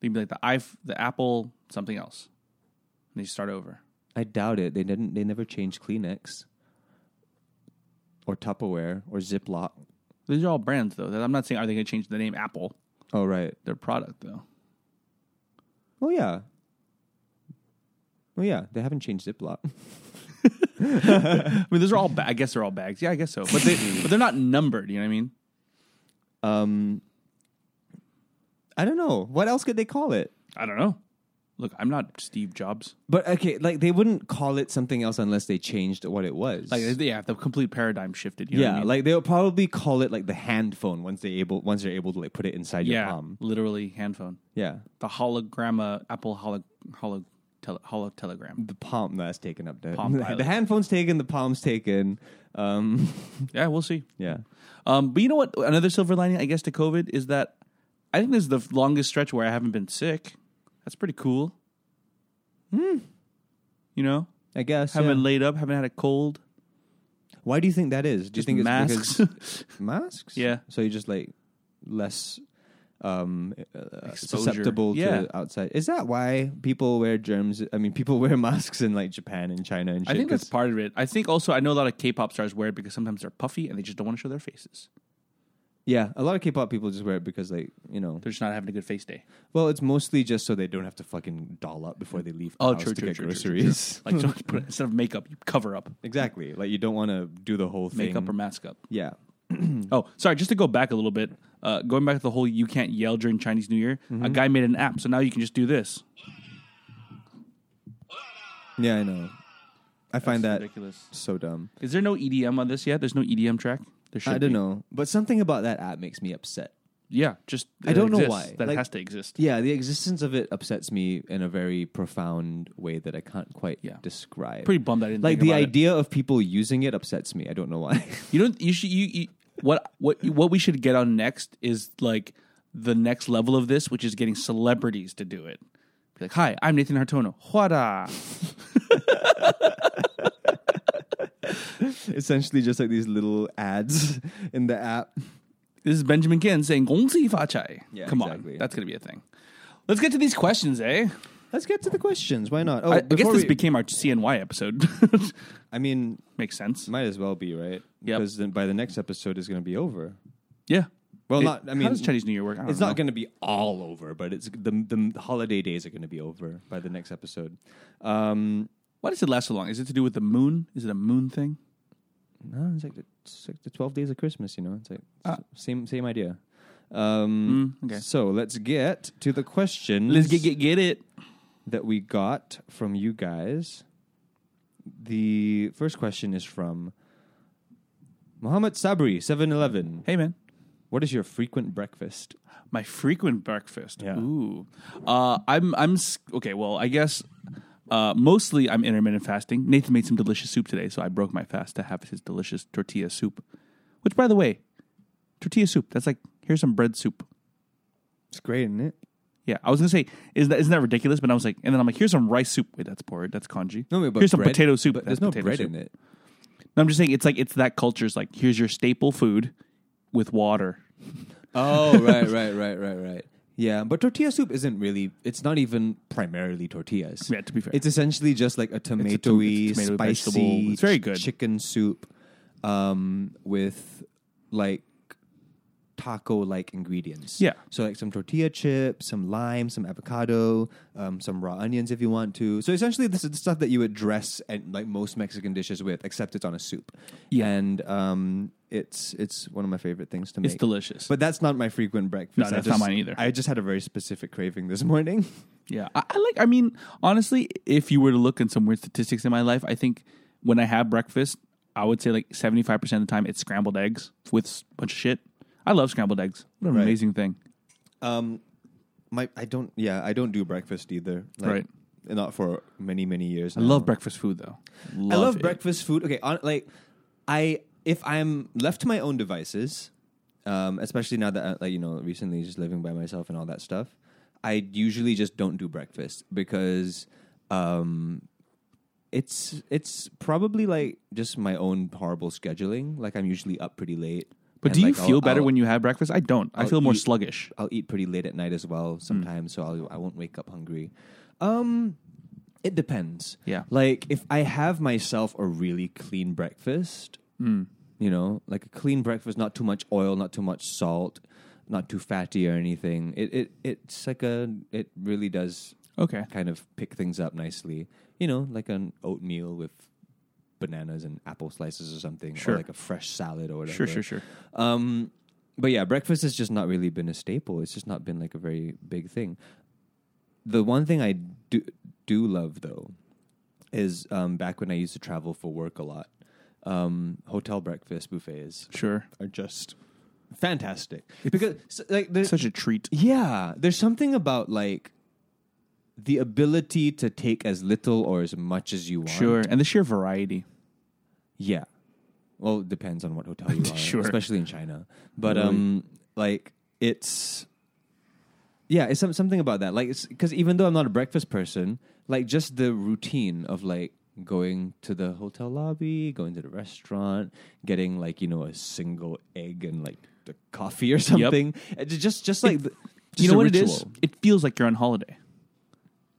They'd be like the iPh- the Apple something else. And they start over.
I doubt it. They didn't. They never changed Kleenex or Tupperware or Ziploc.
These are all brands, though. That- I'm not saying are they going to change the name Apple,
Oh right.
their product, though.
Oh yeah. Well, yeah, they haven't changed Ziploc.
I mean, those are all. Ba- I guess they're all bags. Yeah, I guess so. But they, but they're not numbered. You know what I mean?
Um, I don't know what else could they call it.
I don't know. Look, I'm not Steve Jobs.
But okay, like they wouldn't call it something else unless they changed what it was.
Like, yeah, the complete paradigm shifted. You know
yeah,
what I mean?
like they'll probably call it like the hand phone once they able once they're able to like put it inside your
yeah,
palm.
literally handphone.
Yeah,
The hologramma, Apple holog, holog, tele, holotelegram.
the palm that's taken up there.
Palm
the
pilot.
hand phone's taken, the palm's taken. Um,
Yeah, we'll see.
yeah,
Um, but you know what? Another silver lining, I guess, to COVID is that I think this is the f- longest stretch where I haven't been sick. That's pretty cool. Hmm. You know,
I guess.
haven't
Hmm. yeah.
been laid up, haven't had a cold.
Why do you think that is? Do you
Just
think it's
masks.
because- masks?
Yeah.
So you're just like less um uh,
Exposure.
susceptible
Yeah.
to outside. Is that why people wear germs? I mean, people wear masks in like Japan and China and
I
shit.
think that's
'cause-
part of it. I think also I know a lot of K-pop stars wear it because sometimes they're puffy and they just don't want to show their faces.
yeah, a lot of K-pop people just wear it because like you know.
They're just not having a good face day.
Well, it's mostly just so they don't have to fucking doll up before they leave. the
Oh,
house
true,
to
true,
get
true, true, true,
groceries.
Like so much- put- instead of makeup, you cover up,
Exactly. Like you don't want to do the whole thing.
makeup or mask up.
yeah. Hmm.
Oh, sorry. Just to go back a little bit, uh, going back to the whole you can't yell during Chinese New Year.
Mm-hmm.
A guy made an app, so now you can just do this.
Yeah, I know. I find that
ridiculous.
so dumb.
Is there no EDM on this yet? There's no EDM track. There should
I don't
be.
know, but something about that app makes me upset.
Yeah, just
I
it
don't know
exists,
why.
that it
Like-
has to exist.
Yeah, the existence of it upsets me in a very profound way that I can't quite
Yeah.
describe.
Pretty bummed I didn't
like
think
the
about it.
idea of people using it upsets me. I don't know why.
You don't. You should. You, you what what what we should get on next is like the next level of this, which is getting celebrities to do it. Be like, hi, I'm Nathan Hartono. Huara.
Essentially, just like these little ads in the app.
This is Benjamin Ken saying Gongzi Fachai.
Yeah,
Come
exactly.
on, that's gonna be a thing. Let's get to these questions, eh?
Let's get to the questions. Why not? Oh,
I, I guess
before
this
we-
became our CNY episode.
I mean,
Makes sense.
might as well be right
Yep.
because then by the next episode is going to be over.
Yeah.
Well,
It-
not. I mean,
how does Chinese New Year work? I don't
It's
know.
not going to be all over, but it's the the holiday days are going to be over by the next episode. Um,
Why does it last so long? Is it to do with the moon? Is it a moon thing?
no, it's like the, it's like the twelve days of Christmas. You know, it's like
Ah.
same same idea. Um,
Mm, okay.
So let's get to the questions
Let's get get get it.
that we got from you guys. The first question is from Muhammad Sabri seven eleven.
Hey, man.
What is your frequent breakfast?
My frequent breakfast.
Yeah.
Ooh. Uh, I'm I'm s- okay. Well, I guess uh, mostly I'm intermittent fasting. Nathan made some delicious soup today, so I broke my fast to have his delicious tortilla soup. Which, by the way, tortilla soup. That's like here's some bread soup.
It's great, isn't it?
Yeah, I was gonna say is that isn't that ridiculous? But I was like, and then I'm like, here's some rice soup. Wait, that's porridge. That's congee.
No, wait, but
here's some
bread-
potato soup.
But
That's
there's no
potato
bread
soup.
in it.
No, I'm just saying it's like it's that culture's like here's your staple food with water.
Oh, right, right, right, right, right. Yeah, but tortilla soup isn't really, it's not even primarily tortillas.
Yeah, to be fair.
It's essentially just like a
a
tomato
tom-
y,
it's a tomato
spicy,
vegetable. It's very good.
chicken soup um, with like taco like ingredients.
Yeah.
So, like some tortilla chips, some lime, some avocado, um, some raw onions if you want to. So, essentially, this is the stuff that you would dress and like most Mexican dishes with, except it's on a soup.
Yeah.
And um, it's it's one of my favorite things to make.
It's delicious.
But that's not my frequent breakfast.
No,
I
that's
just-
not mine either.
I just had a very specific craving this morning.
Yeah, I, I like. I mean, honestly, if you were to look in some weird statistics in my life, I think when I have breakfast, I would say like seventy five percent of the time it's scrambled eggs with s- bunch of shit. I love scrambled eggs. What an
Right.
amazing thing!
Um, my I don't. Yeah, I don't do breakfast either.
Right.
Not for many many years.
I love breakfast food though.
I love
it.
breakfast food. Okay, on, like I if I'm left to my own devices, um, especially now that I, like you know recently just living by myself and all that stuff, I usually just don't do breakfast because um, it's it's probably like just my own horrible scheduling. Like I'm usually up pretty late.
But
and,
do you
like, I'll-
feel better
I'll-
when you have breakfast? I don't. I
I'll
feel more
eat-
sluggish.
I'll eat pretty late at night as
Hmm.
well sometimes, so I'll, I won't wake up hungry. Um, it depends.
Yeah.
Like if I have myself a really clean breakfast,
Hmm.
you know, like a clean breakfast, not too much oil, not too much salt, not too fatty or anything. It it it's like a it really does.
Okay.
kind of pick things up nicely. You know, like an oatmeal with bananas and apple slices or something,
Sure.
or like a fresh salad or whatever.
Sure, sure, sure.
Um, but yeah, breakfast has just not really been a staple. It's just not been like a very big thing. The one thing I do do love though is um, back when I used to travel for work a lot. Um, hotel breakfast buffets
Sure.
are just fantastic because so, like there's
Such a treat.
yeah, there's something about like the ability to take as little or as much as you want.
Sure. And the sheer variety.
Yeah. Well, it depends on what hotel you are,
Sure.
especially in China. But um, like it's yeah, it's some, something about that. Like, because even though I'm not a breakfast person, like just the routine of like going to the hotel lobby, going to the restaurant, getting like you know a single egg and like the coffee or something. It's Just just like the, just
you know
a
what it is?
ritual.
It feels like you're on holiday.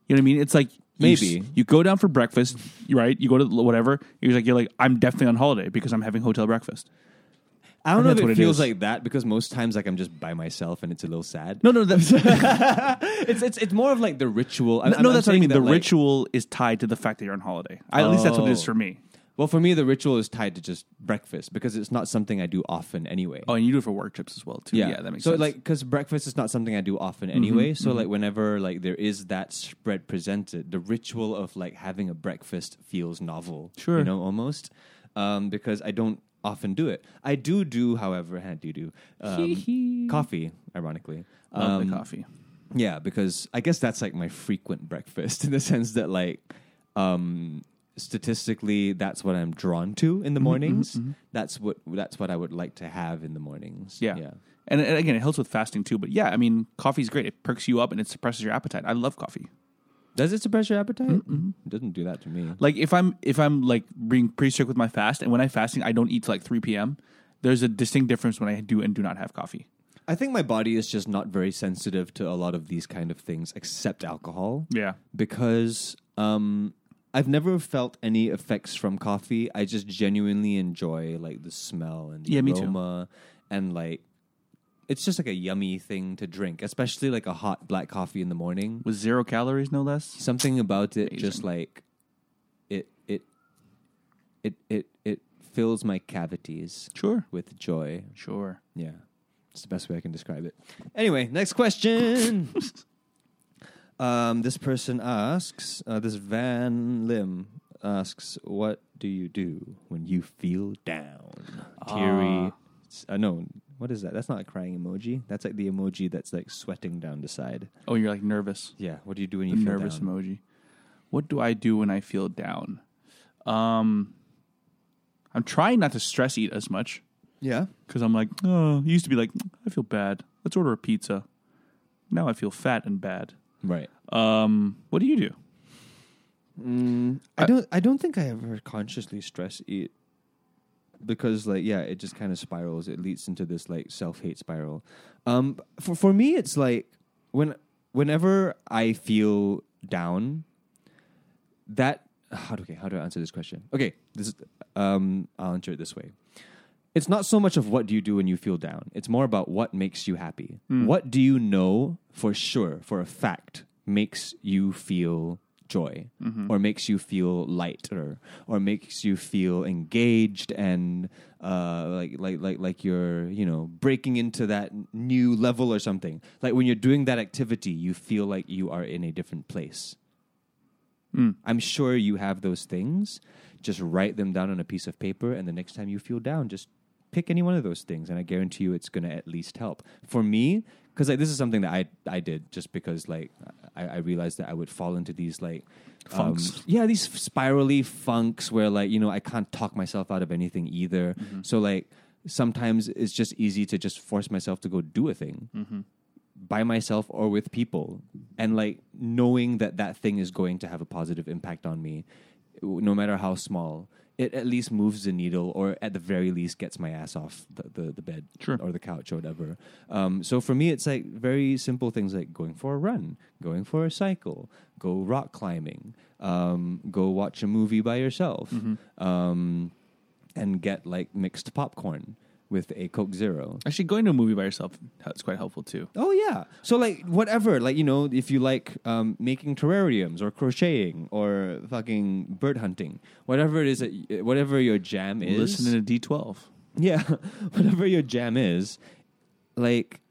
You know what I mean? It's like you s- you,
Maybe.
go down for breakfast, you- right? You go to whatever. You're like you're like I'm definitely on holiday because I'm having hotel breakfast.
I don't know
that's
if
what
it,
it
feels
is.
like that because most times like I'm just by myself and it's a little sad.
No, no, that's
It's it's it's more of like the ritual. I'm-
no,
I'm- I'm
that's what I
saying
mean. The
that, like-
ritual is tied to the fact that you're on holiday. I, at least that's what it is
Oh.
for me.
Well, for me, the ritual is tied to just breakfast because it's not something I do often anyway.
Oh, and you do it for work trips as well too. Yeah, that makes
so
sense. Mm-hmm,
like because breakfast is not something I do often anyway. so like whenever like there is that spread presented, the ritual of like having a breakfast feels novel.
Sure.
you know almost um, because I don't often do it. I do do, however, do do um, coffee. Ironically,
Love the coffee.
Yeah, because I guess that's like my frequent breakfast in the sense that like um statistically that's what I'm drawn to
Mm-hmm,
in the mornings. That's what that's what I would like to have in the mornings.
Yeah. And, and again, it helps with fasting too. But yeah, I mean, coffee's great. It perks you up and it suppresses your appetite. I love coffee.
Does it suppress your appetite? It doesn't do that to me.
Like if I'm if I'm like being pretty strict with my fast, and when I'm fasting, I don't eat till like 3 p.m. There's a distinct difference when I do and do not have coffee.
I think my body is just not very sensitive to a lot of these kind of things except alcohol.
Yeah.
because um, I've never felt any effects from coffee. I just genuinely enjoy like the smell and the
Yeah, me too.
aroma, and like it's just like a yummy thing to drink, especially like a hot black coffee in the morning.
With zero calories, no less.
Something about it, just like it, it, it, it, it fills my cavities
Sure.
with joy.
Sure.
Yeah. It's the best way I can describe it. Anyway, next question. um, this person asks, uh, this Van Lim asks, what do you do when you feel down? Teary. Uh, no, what is that? That's not a crying emoji. That's like the emoji that's like sweating down the side.
Oh, you're like nervous.
Yeah. What do you do when
The
you feel
nervous
down?
emoji. What do I do when I feel down? Um I'm trying not to stress eat as much
yeah.
because I'm like, oh, it used to be like, I feel bad. Let's order a pizza. Now I feel fat and bad.
Right.
Um, what do you do?
I don't. I don't think I ever consciously stress eat because, like, yeah, it just kind of spirals. It leads into this like self hate spiral. Um, for for me, it's like when whenever I feel down, that how do okay, how do I answer this question? Okay, this is, um, I'll answer it this way. It's not so much of what do you do when you feel down. It's more about what makes you happy. What do you know for sure, for a fact, makes you feel joy or makes you feel lighter or makes you feel engaged and uh, like like like like you're you know breaking into that new level or something. Like when you're doing that activity, you feel like you are in a different place. I'm sure you have those things. Just write them down on a piece of paper, and the next time you feel down, just pick any one of those things, and I guarantee you it's going to at least help. For me, because like this is something that I I did just because like I, I realized that I would fall into these like um,
Funks.
yeah, these spirally funks where like you know I can't talk myself out of anything either. So like sometimes it's just easy to just force myself to go do a thing by myself or with people and like knowing that that thing is going to have a positive impact on me no matter how small it at least moves the needle or at the very least gets my ass off the, the, the bed
Sure.
or the couch or whatever um, so for me it's like very simple things like going for a run going for a cycle go rock climbing um, go watch a movie by yourself um, and get like mixed popcorn with a Coke Zero.
Actually, going to a movie by yourself is quite helpful too.
Oh yeah. So like whatever, like you know, if you like um, making terrariums or crocheting or fucking bird hunting, whatever it is, that, uh, whatever your jam is.
Listen to D12.
Yeah, whatever your jam is, like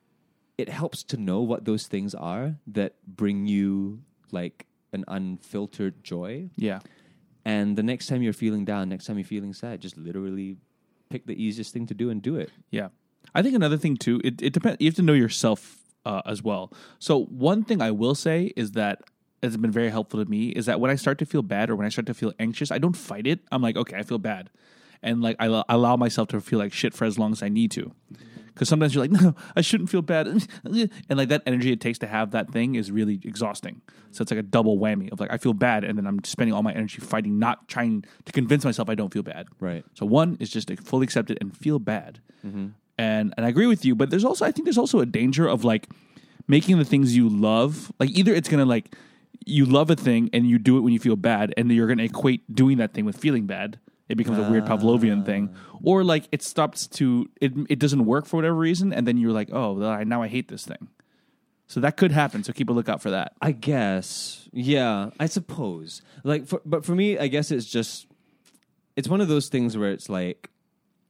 it helps to know what those things are that bring you like an unfiltered joy.
Yeah.
And the next time you're feeling down, next time you're feeling sad, just literally pick the easiest thing to do and do it.
Yeah, I think another thing too. It, it depends. You have to know yourself uh, as well. So one thing I will say is that has been very helpful to me is that when I start to feel bad or when I start to feel anxious, I don't fight it. I'm like, okay, I feel bad, and like I lo- allow myself to feel like shit for as long as I need to. Because sometimes you're like, no, I shouldn't feel bad, and like that energy it takes to have that thing is really exhausting. So it's like a double whammy of like I feel bad, and then I'm spending all my energy fighting, not trying to convince myself I don't feel bad.
Right.
So one is just to fully accept it and feel bad. And and I agree with you, but there's also I think there's also a danger of like making the things you love like either it's gonna like you love a thing and you do it when you feel bad, and then you're gonna equate doing that thing with feeling bad. It becomes a weird Pavlovian thing, or like it stops to it it doesn't work for whatever reason, and then you're like, oh, well, I- now I hate this thing. So that could happen. So keep a lookout for that.
I guess. Yeah, I suppose. Like, for, but for me, I guess it's just it's one of those things where it's like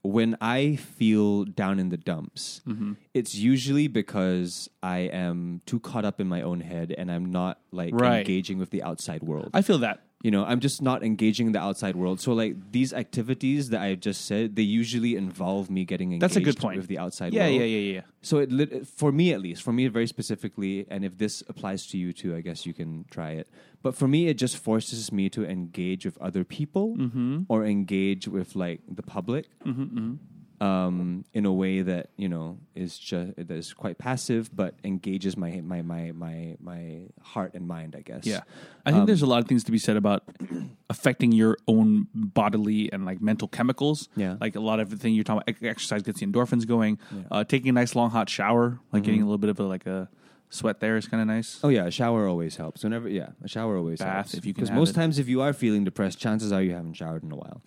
when I feel down in the dumps,
Mm-hmm.
it's usually because I am too caught up in my own head and I'm not like
Right.
engaging with the outside world.
I feel that.
you know, I'm just not engaging the outside world. So like these activities that I just said, they usually involve me getting engaged
That's a good point.
with the outside
Yeah,
world.
yeah, yeah, yeah.
So it lit- for me at least, for me very specifically, and if this applies to you too, I guess you can try it. But for me, it just forces me to engage with other people
Mm-hmm.
or engage with like the public
mm-hmm.
Um, in a way that you know is just that is quite passive, but engages my my my my my heart and mind. I guess.
Yeah. I think
Um,
there's a lot of things to be said about affecting your own bodily and like mental chemicals.
Yeah.
Like a lot of the thing you're talking about, e- exercise gets the endorphins going. Uh, taking a nice long hot shower, like getting
Mm-hmm.
a little bit of a, like a sweat there is kind of nice.
Oh yeah, a shower always helps. Whenever yeah, a shower always
Bath,
helps.
if you can
Because
have
most
it.
times, if you are feeling depressed, chances are you haven't showered in a while.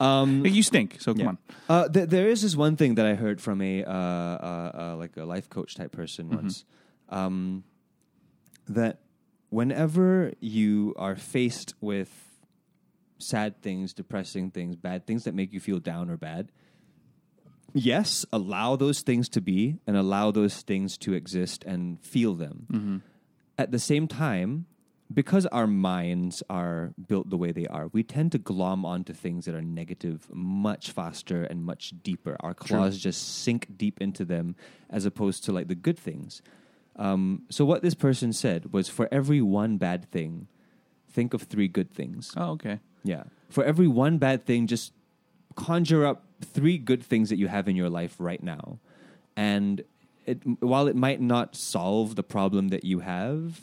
Um,
Like, you stink, so come on.
Uh, th- there is this one thing that I heard from a uh, uh, uh, like a life coach type person once, um, that whenever you are faced with sad things, depressing things, bad things that make you feel down or bad, yes, allow those things to be and allow those things to exist and feel them. At the same time, because our minds are built the way they are, we tend to glom onto things that are negative much faster and much deeper. Our claws just sink deep into them as opposed to like the good things. Um, so, what this person said was for every one bad thing, think of three good things.
Oh, okay.
Yeah. For every one bad thing, just conjure up three good things that you have in your life right now. And it, while it might not solve the problem that you have,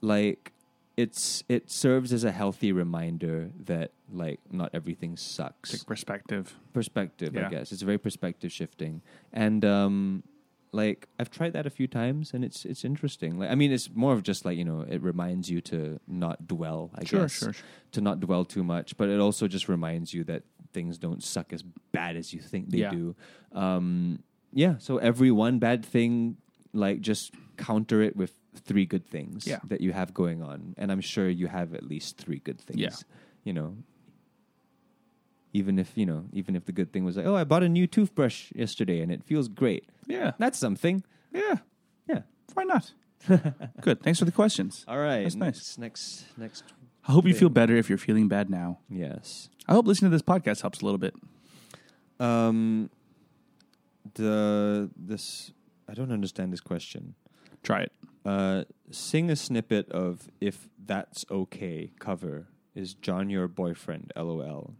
like it's it serves as a healthy reminder that like not everything sucks
Take perspective.
perspective,
Yeah.
I guess. It's very perspective shifting. And um like I've tried that a few times and it's it's interesting. Like I mean it's more of just like, you know, it reminds you to not dwell, I
Sure,
guess.
sure, sure.
To not dwell too much, but it also just reminds you that things don't suck as bad as you think they
Yeah.
do. Um yeah, so every one bad thing like just counter it with three good things
Yeah.
that you have going on. And I'm sure you have at least three good things.
Yeah.
You know, even if you know even if the good thing was like oh i bought a new toothbrush yesterday and it feels great
Yeah.
that's something
Yeah.
yeah
Why not? Good. Thanks for the questions.
all right
That's nice.
next next next-
I hope you feel better if you're feeling bad now.
yes
I hope listening to this podcast helps a little bit.
um the this i don't understand this question
Try it.
uh sing a snippet of if that's okay cover is john your boyfriend lol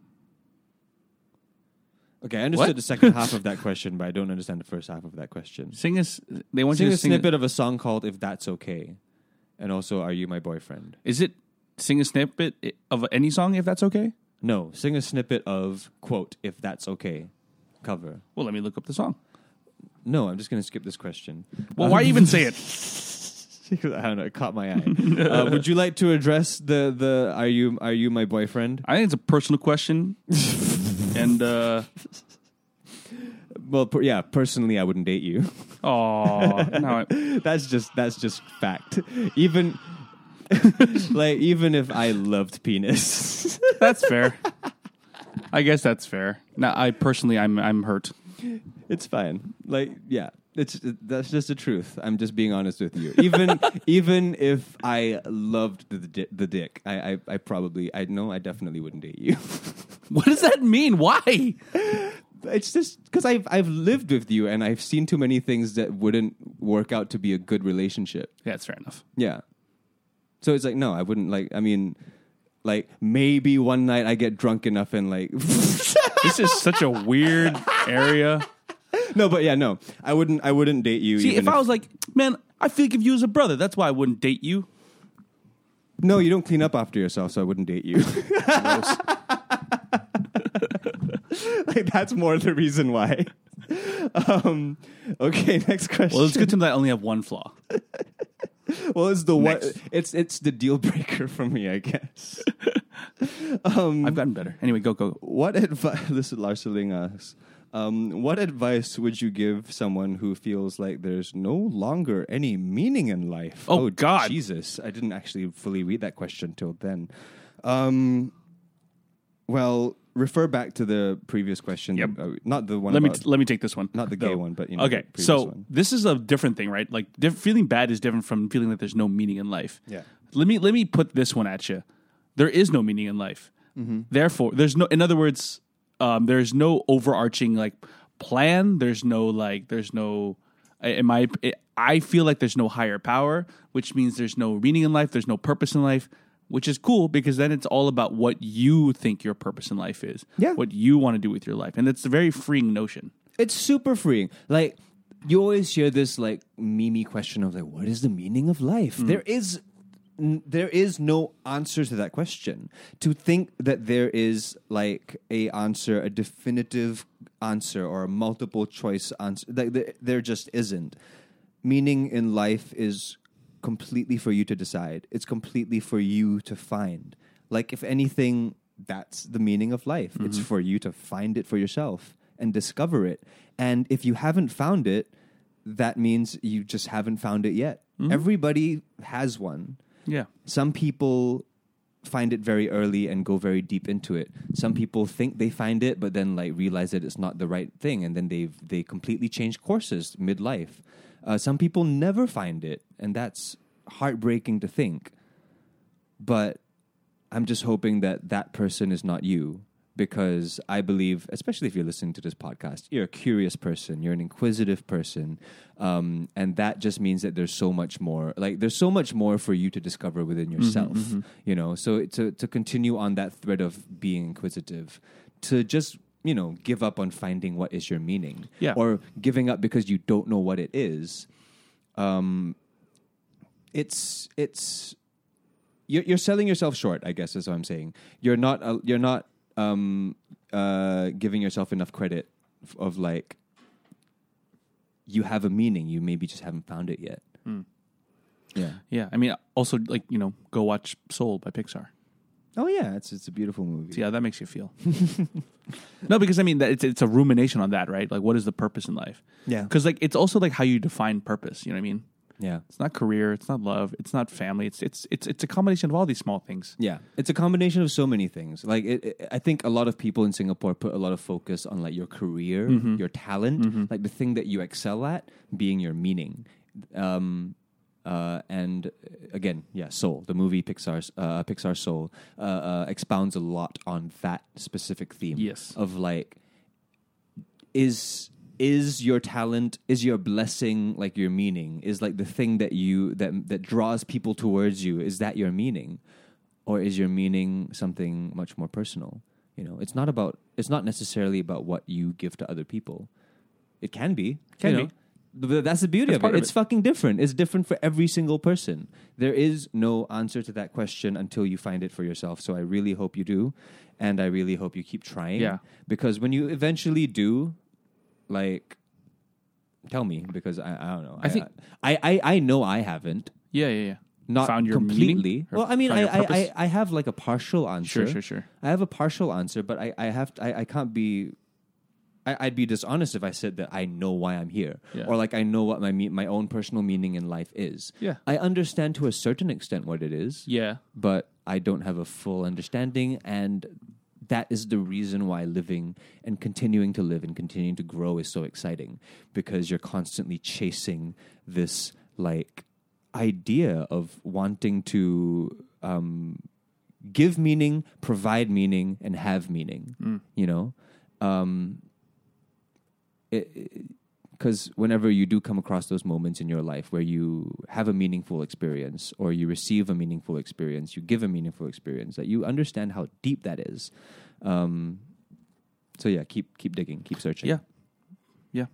okay i understood
What?
the second half of that question but i don't understand the first half of that question
Sing us. They want
sing
you
a
to sing
snippet of a song called "If That's Okay," and also "Are You My Boyfriend."
Is it sing a snippet of any song if that's okay?
No, sing a snippet of quote "If That's Okay" cover.
Well, let me look up the song.
No, I'm just gonna skip this question. Um,
Well, why even say it?
I don't know. It caught my eye. uh, would you like to address the the "Are you Are you my boyfriend"?
I think it's a personal question, and uh,
Well, per, yeah, personally, I wouldn't date you.
Oh, no, I-
that's just that's just fact. Even like even if I loved penis,
that's fair. I guess that's fair. Now, I personally, I'm I'm hurt.
it's fine. Like yeah, it's that's just the truth. I'm just being honest with you. Even even if I loved the di- the dick, I, I I probably I know I definitely wouldn't date you.
What does that mean? Why?
it's just because I've I've lived with you and I've seen too many things that wouldn't work out to be a good relationship.
Yeah, it's fair enough.
Yeah. So it's like, no, I wouldn't like, I mean, like maybe one night I get drunk enough and like,
This is such a weird area.
no, but yeah, no, I wouldn't, I wouldn't date you.
See, if
even
I was like, man, I feel like if you was a brother, that's why I wouldn't date you.
no, you don't clean up after yourself, so I wouldn't date you. like that's more the reason why. Um, okay, next question.
Well, it's good to know that I only have one flaw.
Well, it's the one,
Next.
it's, it's the deal breaker for me, I guess.
I've gotten better. Anyway, go go. go.
What advice? This is Lars Ling asks. Um, what advice would you give someone who feels like there's no longer any meaning in life?
Oh, God.
Jesus! I didn't actually fully read that question till then. Um, well, refer back to the previous question.
Yep.
Uh, not the one.
Let me
about-
let me take this one.
not the gay one, but you know.
okay,
the previous
so
one.
this is a different thing, right? Like diff- feeling bad is different from feeling that there's no meaning in life.
Yeah.
Let me let me put this one at you. There is no meaning in life. Therefore, there's no. In other words, um, there's no overarching like plan. There's no like. There's no. I- In my, I feel like there's no higher power, which means there's no meaning in life. There's no purpose in life, which is cool because then it's all about what you think your purpose in life is.
Yeah.
What you want to do with your life, and it's a very freeing notion.
it's super freeing. Like you always hear this like mimi question of like, what is the meaning of life? There is n- there is no answer to that question. To think that there is like a answer, a definitive answer, or a multiple choice answer, like there, there just isn't. Meaning in life is completely for you to decide. It's completely for you to find. Like if anything, that's the meaning of life. It's for you to find it for yourself and discover it. And if you haven't found it, that means you just haven't found it yet. Everybody has one.
Yeah.
Some people find it very early and go very deep into it. Some people think they find it, but then like realize that it's not the right thing, and then they they completely change courses midlife. Uh, some people never find it, and that's heartbreaking to think. But I'm just hoping that that person is not you because I believe, especially if you're listening to this podcast, you're a curious person, you're an inquisitive person. Um, and that just means that there's so much more, like, there's so much more for you to discover within yourself, you know? So to, to continue on that thread of being inquisitive, to just, you know, give up on finding what is your meaning
Yeah.
or giving up because you don't know what it is. Um, it's, it's, you're, you're selling yourself short. I guess is what I'm saying. You're not uh, you're not um, uh, giving yourself enough credit f- of like you have a meaning. You maybe just haven't found it yet. Yeah.
Yeah, I mean, also like you know, go watch Soul by Pixar.
Oh yeah, it's it's a beautiful movie.
See how that makes you feel. no, because I mean, that it's it's a rumination on that, right? Like, what is the purpose in life?
Yeah.
because like it's also like how you define purpose. You know what I mean?
Yeah.
It's not career, it's not love, it's not family. It's it's it's it's a combination of all these small things.
Yeah, it's a combination of so many things. Like, it, it- I think a lot of people in Singapore put a lot of focus on like your career,
Mm-hmm.
your talent, like the thing that you excel at being your meaning. Um, uh, and again, yeah, Soul, the movie Pixar's uh, Pixar Soul uh, uh, expounds a lot on that specific theme.
Yes.
of like is is your talent is your blessing like your meaning is like the thing that you that that draws people towards you is that your meaning or is your meaning something much more personal you know it's not about it's not necessarily about what you give to other people it can be
Can
you
be.
know? But that's the beauty
That's
of
part
it
of
it's
it.
fucking different it's different for every single person there is no answer to that question until you find it for yourself so i really hope you do and i really hope you keep trying
Yeah.
because when you eventually do like tell me because i, I don't know
I think-
I, I i know i haven't
Yeah, yeah, yeah.
not
found your
completely
meaning or
well i mean
found
I,
your
I
purpose?
I- I have like a partial answer
sure, sure.
i have a partial answer but i i have to, I, I can't be I, I'd be dishonest if I said that I know why I'm here
Yeah.
or like I know what my me- my own personal meaning in life is.
Yeah.
I understand to a certain extent what it is.
Yeah.
but I don't have a full understanding and. That is the reason why living and continuing to live and continuing to grow is so exciting because you're constantly chasing this like idea of wanting to um, give meaning, provide meaning, and have meaning. You know, um, because whenever you do come across those moments in your life where you have a meaningful experience or you receive a meaningful experience, you give a meaningful experience, that you understand how deep that is. Um, so yeah, keep keep digging, keep searching.
Yeah. Yeah.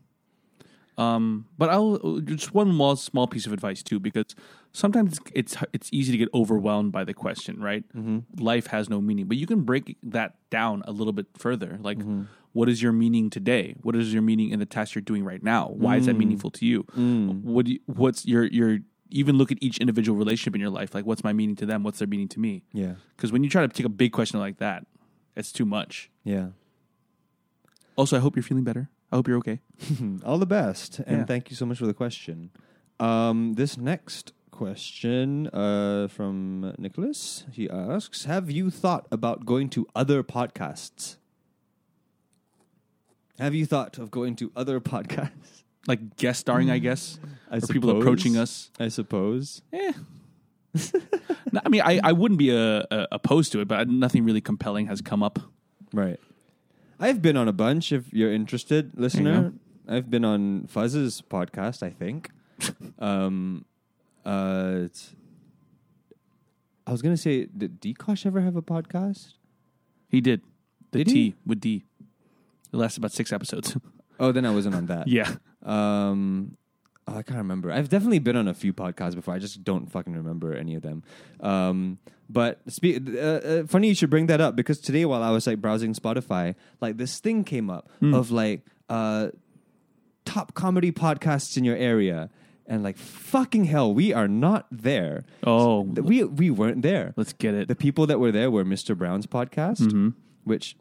Um, but I'll just one more small piece of advice too, because sometimes it's it's easy to get overwhelmed by the question, right? Life has no meaning, but you can break that down a little bit further. Like, what is your meaning today? What is your meaning in the task you're doing right now? Why is that meaningful to you? What do you, what's your your even look at each individual relationship in your life. Like, what's my meaning to them? What's their meaning to me?
yeah,
Because when you try to take a big question like that, it's too much.
yeah.
Also, I hope you're feeling better. I hope you're okay.
All the best, and
Yeah.
thank you so much for the question. Um, this next question uh, from Nicholas, he asks: Have you thought about going to other podcasts? Have you thought of going to other podcasts?
like guest starring, Mm. I guess,
I
or people approaching us.
I suppose.
Eh. No, I mean, I, I wouldn't be uh uh opposed to it, but nothing really compelling has come up.
Right. I've been on a bunch. If you're interested, listener,
go.
I've been on Fuzz's podcast. I think. um, uh, it's- I was gonna say, did Dekosh ever have a podcast?
He did the
Did
T
he?
with D. It lasted about six episodes.
Oh, then I wasn't on that.
yeah,
Um, oh, I can't remember. I've definitely been on a few podcasts before. I just don't fucking remember any of them. Um, but spe- uh, uh, funny you should bring that up because today while I was like browsing Spotify, like this thing came up
Hmm.
of like uh, top comedy podcasts in your area. And like fucking hell, we are not there.
Oh.
Th- we we weren't there.
let's get it.
The people that were there were Mr. Brown's podcast,
Mm-hmm.
which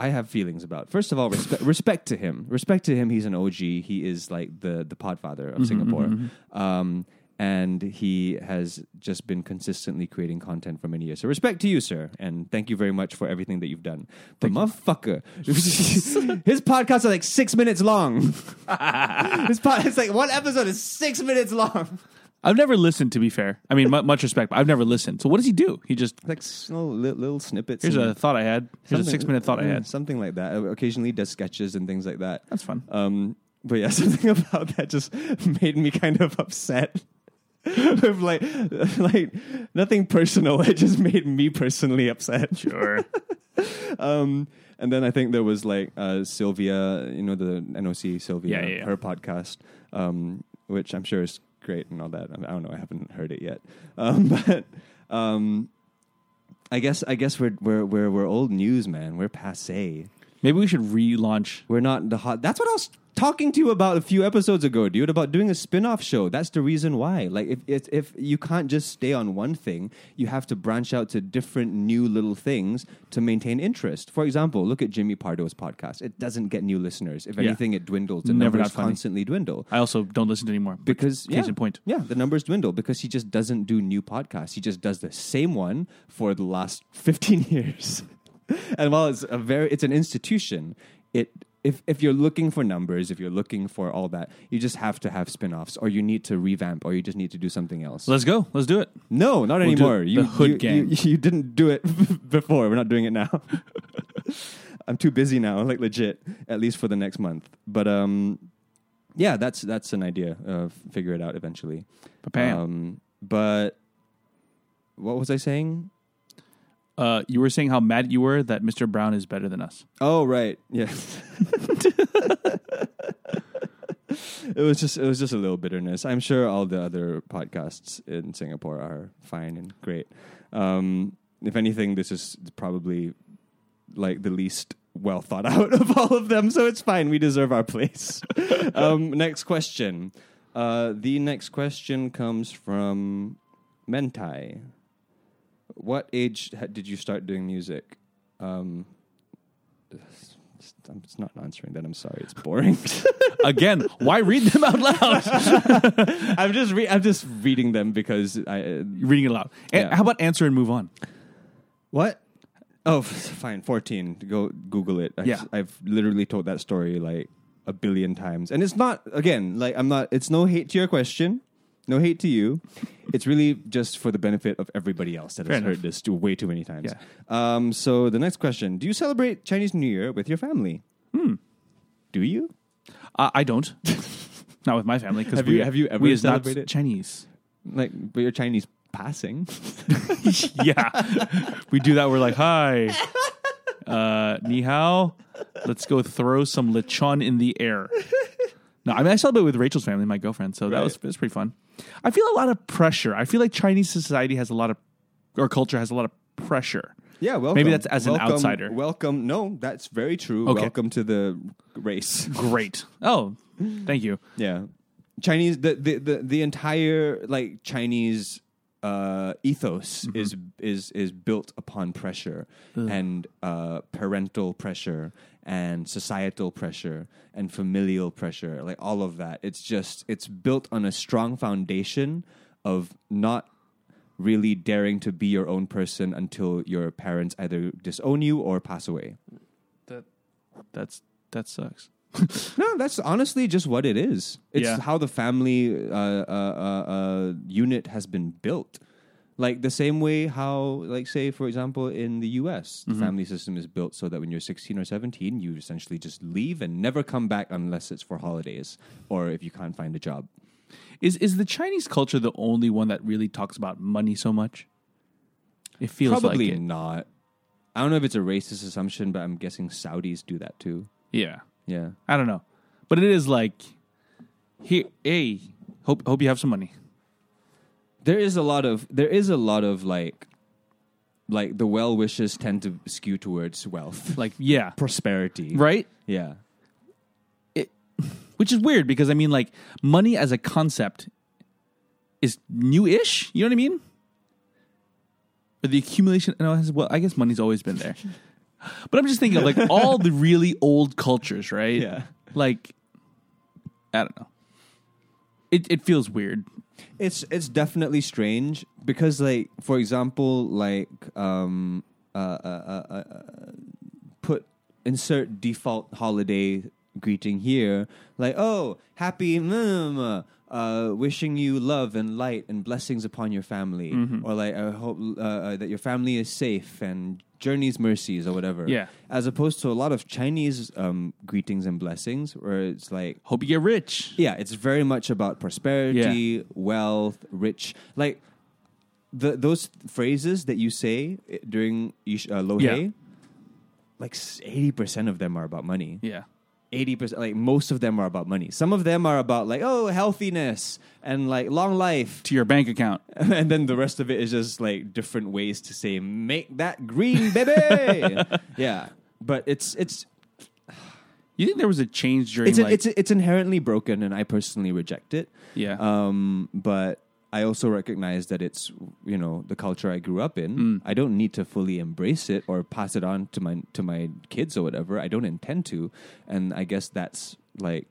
I have feelings about. First of all, respect, respect to him. Respect to him. He's an OG. He is like the the podfather of
Mm-hmm,
Singapore. Um, and he has just been consistently creating content for many years. So respect to you, sir, and thank you very much for everything that you've done. But motherfucker, his podcasts are like six minutes long. his pod, it's like one episode is six minutes long.
I've never listened. To be fair, I mean, mu much respect, but I've never listened. So what does he do? He just
Like s- little, little snippets.
here's
and-
a thought I had. Here's a
Something- Mm.
six minute thought I
yeah,
had.
Something like that. Occasionally does sketches and things like that.
That's fun.
Um, but yeah, something about that just made me kind of upset. With like, like nothing personal. It just made me personally upset.
Sure.
Um, and then I think there was like uh, Sylvia, you know, the NOC Sylvia,
Yeah, yeah, yeah.
her podcast, um, which I'm sure is great and all that. I, mean, I don't know, I haven't heard it yet, um, but um, I guess I guess we're we're we're we're old news, man. We're passe.
Maybe we should relaunch.
We're not the hot. That's what I was talking to you about a few episodes ago, dude, about doing a spin-off show. That's the reason why. Like if if, if you can't just stay on one thing, you have to branch out to different new little things to maintain interest. For example, look at Jimmy Pardo's podcast. It doesn't get new listeners. If
Yeah.
anything, it dwindles. The
Never
numbers
got funny.
constantly dwindle
I also don't listen to anymore but
because
case
yeah,
in point.
yeah, the numbers dwindle because he just doesn't do new podcasts. He just does the same one for the last fifteen years. and while it's a very, it's an institution. It if if you're looking for numbers, if you're looking for all that, you just have to have spin-offs or you need to revamp, or you just need to do something else.
Let's go. Let's do it.
no, not
do
anymore.
the
you,
Hood
you,
Gang.
You, you didn't do it before. We're not doing it now. I'm too busy now, like legit, at least for the next month. But um, yeah, that's that's an idea. Uh, figure it out eventually.
Bam.
Um, but what was I saying?
uh, you were saying how mad you were that Mr. Brown is better than us.
Oh, right. Yes. it was just it was just a little bitterness. I'm sure all the other podcasts in Singapore are fine and great. Um, if anything, this is probably like the least well thought out of all of them, so it's fine. We deserve our place. um, next question. Uh, the next question comes from Mentai. What age ha- did you start doing music? Um, It's, I'm just not answering that. I'm sorry. It's boring.
Again, why read them out loud?
I'm just re- I'm just reading them because I uh,
Reading it aloud. And
Yeah.
How about answer and move on?
what. Oh, fine. Fourteen. Go Google it. I've,
Yeah.
I've literally told that story like a billion times, and it's not again like I'm not. It's no hate to your question, no hate to you. It's really just for the benefit of everybody else that has
enough.
heard this too, way too many times.
Yeah.
Um, so the next question: Do you celebrate Chinese New Year with your family? Hmm. Do you?
Uh, I don't. Not with my family because
Have
we
you- have you ever
we is not
celebrated?
Chinese.
Like, but your Chinese passing.
yeah, we do that. We're like, hi, uh, ni hao. Let's go throw some lechon in the air. No, I mean I celebrate with Rachel's family, my girlfriend. So that
Right.
was it was pretty fun. I feel a lot of pressure. I feel like Chinese society has a lot of or culture has a lot of pressure.
Yeah, welcome.
Maybe that's as an
Welcome-
outsider.
Welcome. No, that's very true.
Okay.
Welcome to the race.
Great. Oh, thank you.
Yeah. Chinese the the the, the entire like Chinese uh, ethos is is is built upon pressure and uh, parental pressure and societal pressure and familial pressure like all of that it's just it's built on a strong foundation of not really daring to be your own person until your parents either disown you or pass away
That that's that sucks.
No, that's honestly just what it is. It's
Yeah.
how the family uh, uh, uh, uh, unit has been built. Like the same way how, like, say, for example, in the US, the family system is built so that when you're 16 or 17, you essentially just leave and never come back unless it's for holidays or if you can't find a job.
Is is the Chinese culture the only one that really talks about money so much? It feels
Probably
like it.
not. I don't know if it's a racist assumption, but I'm guessing Saudis do that too.
Yeah.
Yeah.
I don't know, but it is like, here, hey, hope hope you have some money.
there is a lot of there is a lot of like like the well wishes tend to skew towards wealth
Like, yeah,
prosperity
right.
yeah
Which is weird because I mean, like, money as a concept is new-ish. You know what I mean? Or the accumulation. No, it has- well, I guess money's always been there. but I'm just thinking of like all the really old cultures, right?
Yeah.
Like, I don't know. It it feels weird.
it's it's definitely strange because like for example like um uh, uh, uh, uh, uh put insert default holiday greeting here like oh happy mm, uh wishing you love and light and blessings upon your family
Mm-hmm.
or like i hope uh, uh, that your family is safe and journeys mercies or whatever
Yeah.
as opposed to a lot of chinese um greetings and blessings where it's like
Hope you get rich.
yeah, it's very much about prosperity, wealth, rich. Like the those phrases that you say eh, during Ish- uh, Lohe,
Yeah.
like eighty percent of them are about money.
Yeah.
Eighty percent, like most of them are about money. Some of them are about like oh healthiness and like long life,
To your bank account.
and then the rest of it is just like different ways to say make that green, baby. yeah, but it's it's
You think there was a change during
it's
like
it's it's inherently broken, and I personally reject it.
yeah.
Um, but I also recognize that it's you know the culture I grew up
Mm.
in. I don't need to fully embrace it or pass it on to my to my kids or whatever. I don't intend to, and I guess that's like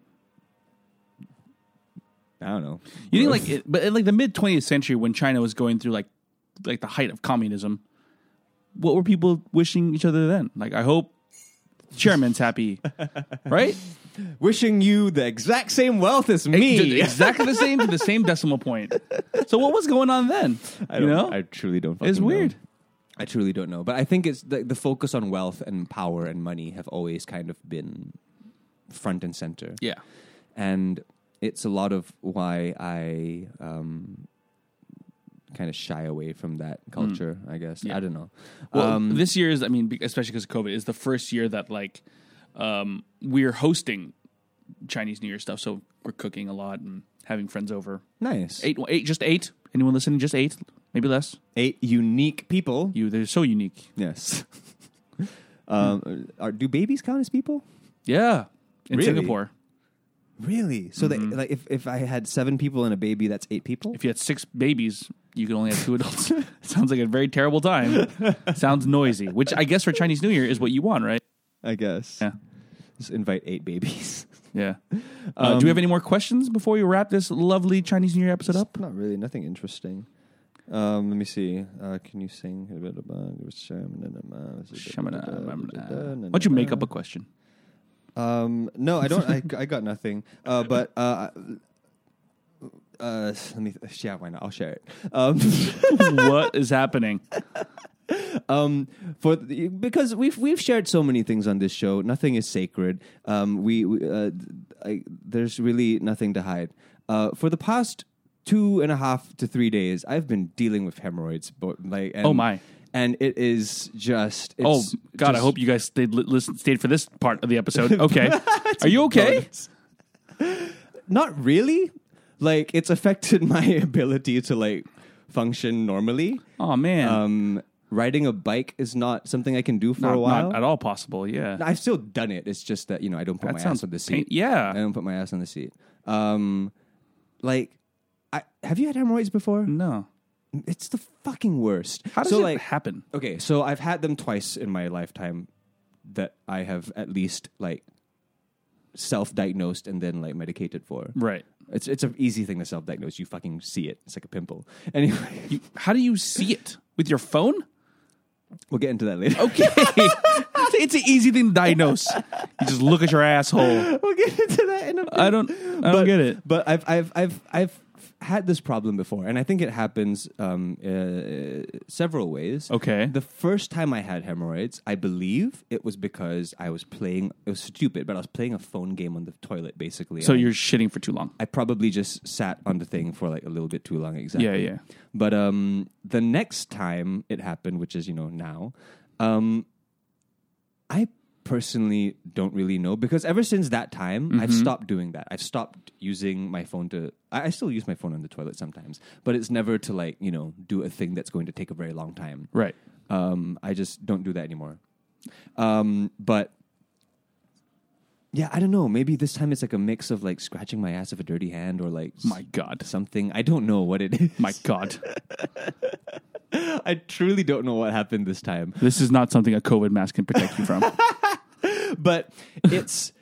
I don't know.
You think like, it, but in like the mid 20th century when China was going through like, like the height of communism, what were people wishing each other then? Like, I hope chairman's happy, right?
wishing you the exact same wealth as
Did
me.
Exactly the same to the same decimal point. So what was going on then?
I
you
don't-
know,
I truly don't.
it's
fucking know.
weird.
I truly don't know, but I think it's the, the focus on wealth and power and money have always kind of been front and center.
Yeah,
and it's a lot of why I um, kind of shy away from that culture. I guess
Hmm. Yeah.
I don't know.
Well,
um,
this year is, I mean, be- especially because of COVID, is the first year that like um, we're hosting Chinese New Year stuff. So we're cooking a lot and having friends over.
nice
Eight, eight, just eight. Anyone listening? Just eight, maybe less.
eight unique people.
You, they're so unique.
Yes. um, are, do babies count as people?
Yeah, in
Really?
Singapore,
Really? So that like if, if I had seven people and a baby, that's eight people.
Mm-hmm. if you had six babies, you could only have two adults. Sounds like a very terrible time. Sounds noisy, which I guess for Chinese New Year is what you want, right?
I guess.
Yeah.
Just invite eight babies.
Yeah. Uh, do we
Um,
have any more questions before we wrap this lovely Chinese New Year episode up?
Not really. Nothing interesting. Um, let me see. Uh, can you sing?
Why don't you make up a question?
Um, no, I don't. I, I got nothing. Uh, but uh, uh, let me. Yeah, why not? I'll share it. Um,
what is happening?
um, for the, because we've we've shared so many things on this show. Nothing is sacred. Um, we we, uh, I, there's really nothing to hide. Uh, for the past two and a half to three days, I've been dealing with hemorrhoids. But like, and,
Oh, my.
And it is just. It's
Oh God, I
just-
hope you guys stayed li- listen, stayed for this part of the episode. Okay, are you okay?
not really. Like it's affected my ability to like function normally.
Oh man,
Um, riding a bike is not something I can do for
not,
a while.
not at all possible. Yeah,
I've still done it. It's just that you know I don't put
That
my
sounds
ass on the seat.
pain- yeah.
I don't put my ass on the seat. Um, like, I, have you had hemorrhoids before?
no.
It's the fucking worst.
How does
so
it
like
happen?
okay, so I've had them twice in my lifetime that I have at least like self-diagnosed and then like medicated for.
Right.
It's it's an easy thing to self-diagnose. You fucking see it. It's like a pimple. Anyway,
You, how do you see it with your phone?
we'll get into that later.
Okay, it's an easy thing to diagnose. You just look at your asshole.
we'll get into that in a bit.
I don't, I don't get it.
But I've I've I've I've had this problem before, and I think it happens um, uh, several ways.
Okay.
The first time I had hemorrhoids, I believe it was because I was playing. It was stupid, but I was playing a phone game on the toilet, basically.
So
And I-
you're shitting for too long.
I probably just sat on the thing for like a little bit too long. Exactly.
Yeah, yeah.
But um, the next time it happened, which is you know now, um, I personally don't really know because ever since that time, I've
Mm-hmm.
stopped doing that. I've stopped using my phone to. I, I still use my phone on the toilet sometimes, but it's never to like you know do a thing that's going to take a very long time.
Right.
Um, I just don't do that anymore. Um, but yeah, I don't know. Maybe this time it's like a mix of like scratching my ass with a dirty hand or like s-
My God.
something. I don't know what it is.
My God.
I truly don't know what happened this time.
This is not something a COVID mask can protect you from.
But it's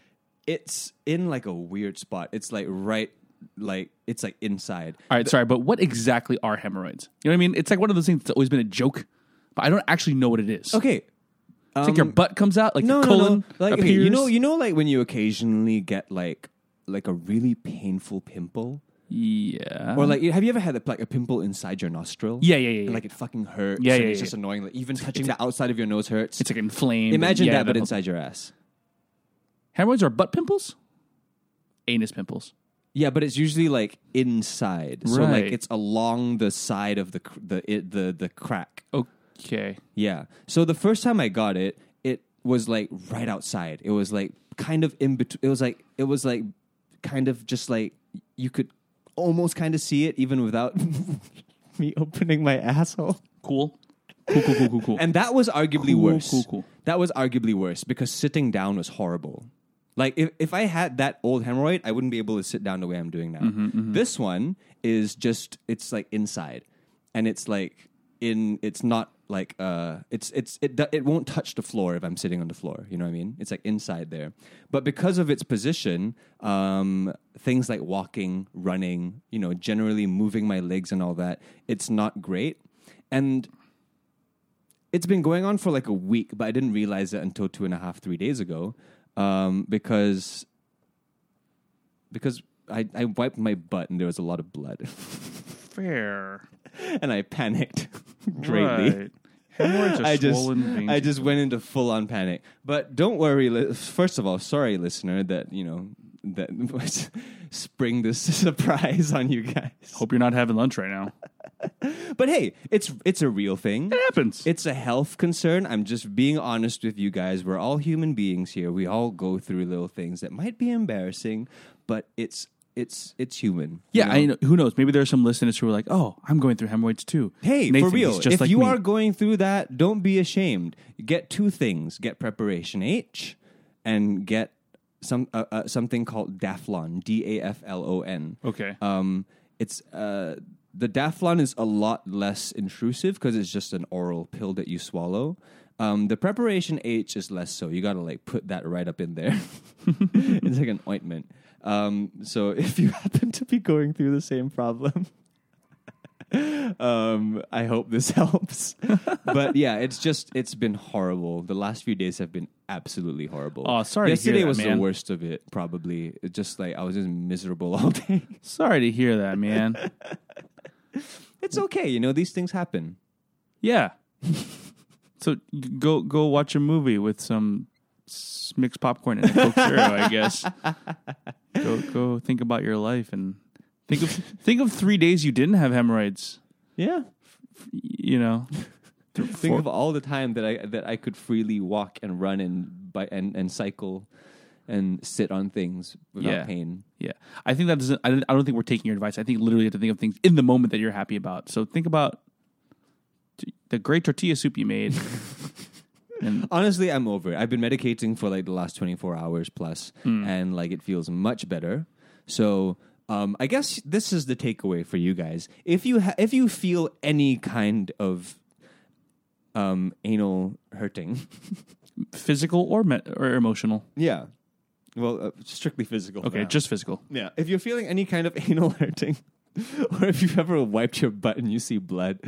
it's in like a weird spot. It's like right like it's like inside.
All right, sorry, but what exactly are hemorrhoids? You know what I mean? It's like one of those things that's always been a joke, but I don't actually know what it is.
Okay. um,
It's like your butt comes out, like
No,
the
no,
colon
no. Like okay,
appears.
you know you know like when you occasionally get like like a really painful pimple?
yeah.
Or like, have you ever had a, like a pimple inside your nostril?
Uh-huh. Yeah, yeah, yeah,
And,
yeah.
Like it fucking hurts.
Yeah,
and
yeah,
It's
yeah.
just annoying. Like even touching the outside of your nose hurts.
it's like inflamed.
Imagine
Yeah,
that, but
the-
inside your ass.
hemorrhoids are butt pimples, anus pimples.
Yeah, but it's usually like inside. So like
Right.
it's along the side of the cr- the it, the the crack.
Okay,
Yeah. So the first time I got it, it was like right outside. It was like kind of in between. It was like it was like kind of just like you could almost kind of see it even without me opening my asshole.
cool, cool, cool, cool, cool, cool.
And that was arguably
Cool,
worse.
cool, cool.
That was arguably worse because sitting down was horrible. Like if, if I had that old hemorrhoid, I wouldn't be able to sit down the way I'm doing now. This one is just it's like inside, and it's like in it's not like uh it's it's it do- it won't touch the floor if I'm sitting on the floor. You know what I mean? It's like inside there, but because of its position, um, things like walking, running, you know, generally moving my legs and all that, it's not great, and it's been going on for like a week, but I didn't realize it until two and a half, three days ago, um, because because I, I wiped my butt and there was a lot of blood,
Fair,
and I panicked greatly.
Right. Hemorrhoids are
I just
swollen veins.
I just went into full on panic. But don't worry. Li- first of all, sorry, listener, that you know that spring this surprise on you guys.
hope you're not having lunch right now.
But hey, it's it's a real thing.
It happens.
It's a health concern. I'm just being honest with you guys. We're all human beings here. We all go through little things that might be embarrassing, but it's it's it's human.
yeah,
you know?
I know. Who knows? Maybe there are some listeners who are like, "Oh, I'm going through hemorrhoids too."
Hey,
Nathan,
for real.
he's just
If
like
you
me.
are going through that, don't be ashamed. Get two things: get preparation H, and get some uh, uh, something called Daflon. D A F L O N.
Okay.
Um, it's uh, the Daflon is a lot less intrusive because it's just an oral pill that you swallow. Um, the preparation H is less so. You gotta like put that right up in there. it's like an ointment. Um, so if you happen to be going through the same problem, um, I hope this helps. but yeah, it's just it's been horrible. The last few days have been absolutely horrible.
Aw, Oh, sorry to hear
Yesterday
that,
was
man.
the worst of it, probably. It just like I was just miserable all day.
Sorry to hear that, man.
it's okay, you know these things happen.
yeah. So g- go go watch a movie with some s- mixed popcorn and a Coke Zero, I guess. Go go think about your life and think of think of three days you didn't have hemorrhoids.
Yeah.
You know,
Think of all the time that I that I could freely walk and run and bi- and and cycle and sit on things without
Yeah.
pain.
Yeah, I think that doesn't. I don't, I don't think we're taking your advice. I think literally you have to think of things in the moment that you're happy about. So think about t- the great tortilla soup you made. and
Honestly, I'm over it. I've been medicating for like the last 24 hours plus, and like it feels much better. So um, I guess this is the takeaway for you guys. If you ha- if you feel any kind of um, anal hurting,
physical or me- or emotional.
yeah, well, uh, strictly physical. for
Okay,
now.
just physical.
Yeah. If you're feeling any kind of anal hurting, or if you've ever wiped your butt and you see blood,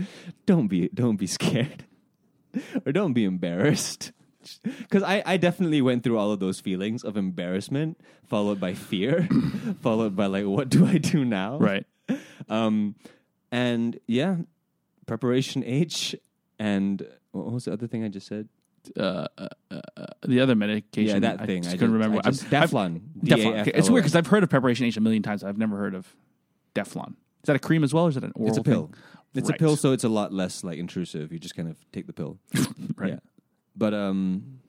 don't be don't be scared, or don't be embarrassed. Because I, I definitely went through all of those feelings of embarrassment, followed by fear, followed by like, what do I do now?
Right.
Um, and yeah, preparation H, and what was the other thing I just said?
Uh, uh, uh, the other medication.
Yeah, that
I
thing. I
just
just-
couldn't remember.
I just-
I've-
Deflon.
I've- Deflon. Okay, It's
D A F L O N.
weird because I've heard of preparation H a million times. I've never heard of Deflon. Is that a cream as well, or is that an oral?
It's a pill.
thing?
It's
Right.
a pill, so it's a lot less like intrusive. You just kind of take the pill.
Right.
Yeah. But um,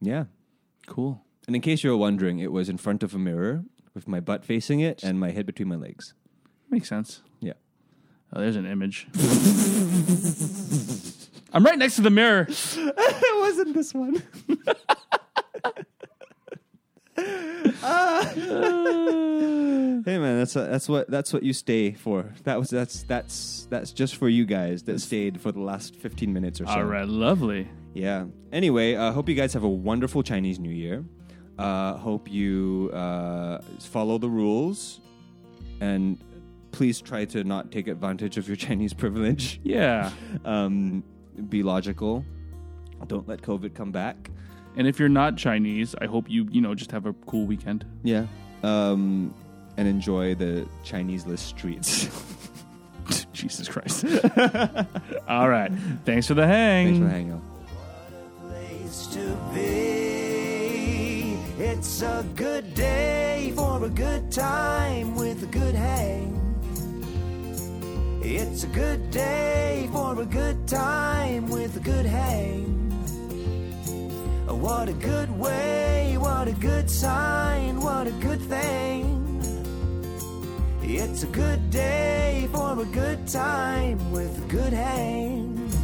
yeah.
Cool.
And in case you were wondering, it was in front of a mirror with my butt facing it and my head between my legs.
Makes sense.
Yeah.
Oh, there's an image. I'm right next to the mirror.
it wasn't this one. hey man, that's that's what that's what you stay for. That was that's that's that's just for you guys that stayed for the last fifteen minutes or so.
All right, lovely.
Yeah. Anyway, uh, hope you guys have a wonderful Chinese New Year. Uh, hope you uh, follow the rules and please try to not take advantage of your Chinese privilege.
Yeah.
Um, be logical. Don't let COVID come back.
And if you're not Chinese, I hope you, you know, just have a cool weekend.
Yeah. Um, and enjoy the Chinese list streets.
Jesus Christ. All right. Thanks for the hang.
Thanks for hanging out.
place to be. It's a good day for a good time with a good hang. It's a good day for a good time with a good hang. What a good way, what a good sign, what a good thing. It's a good day for a good time with a good hang.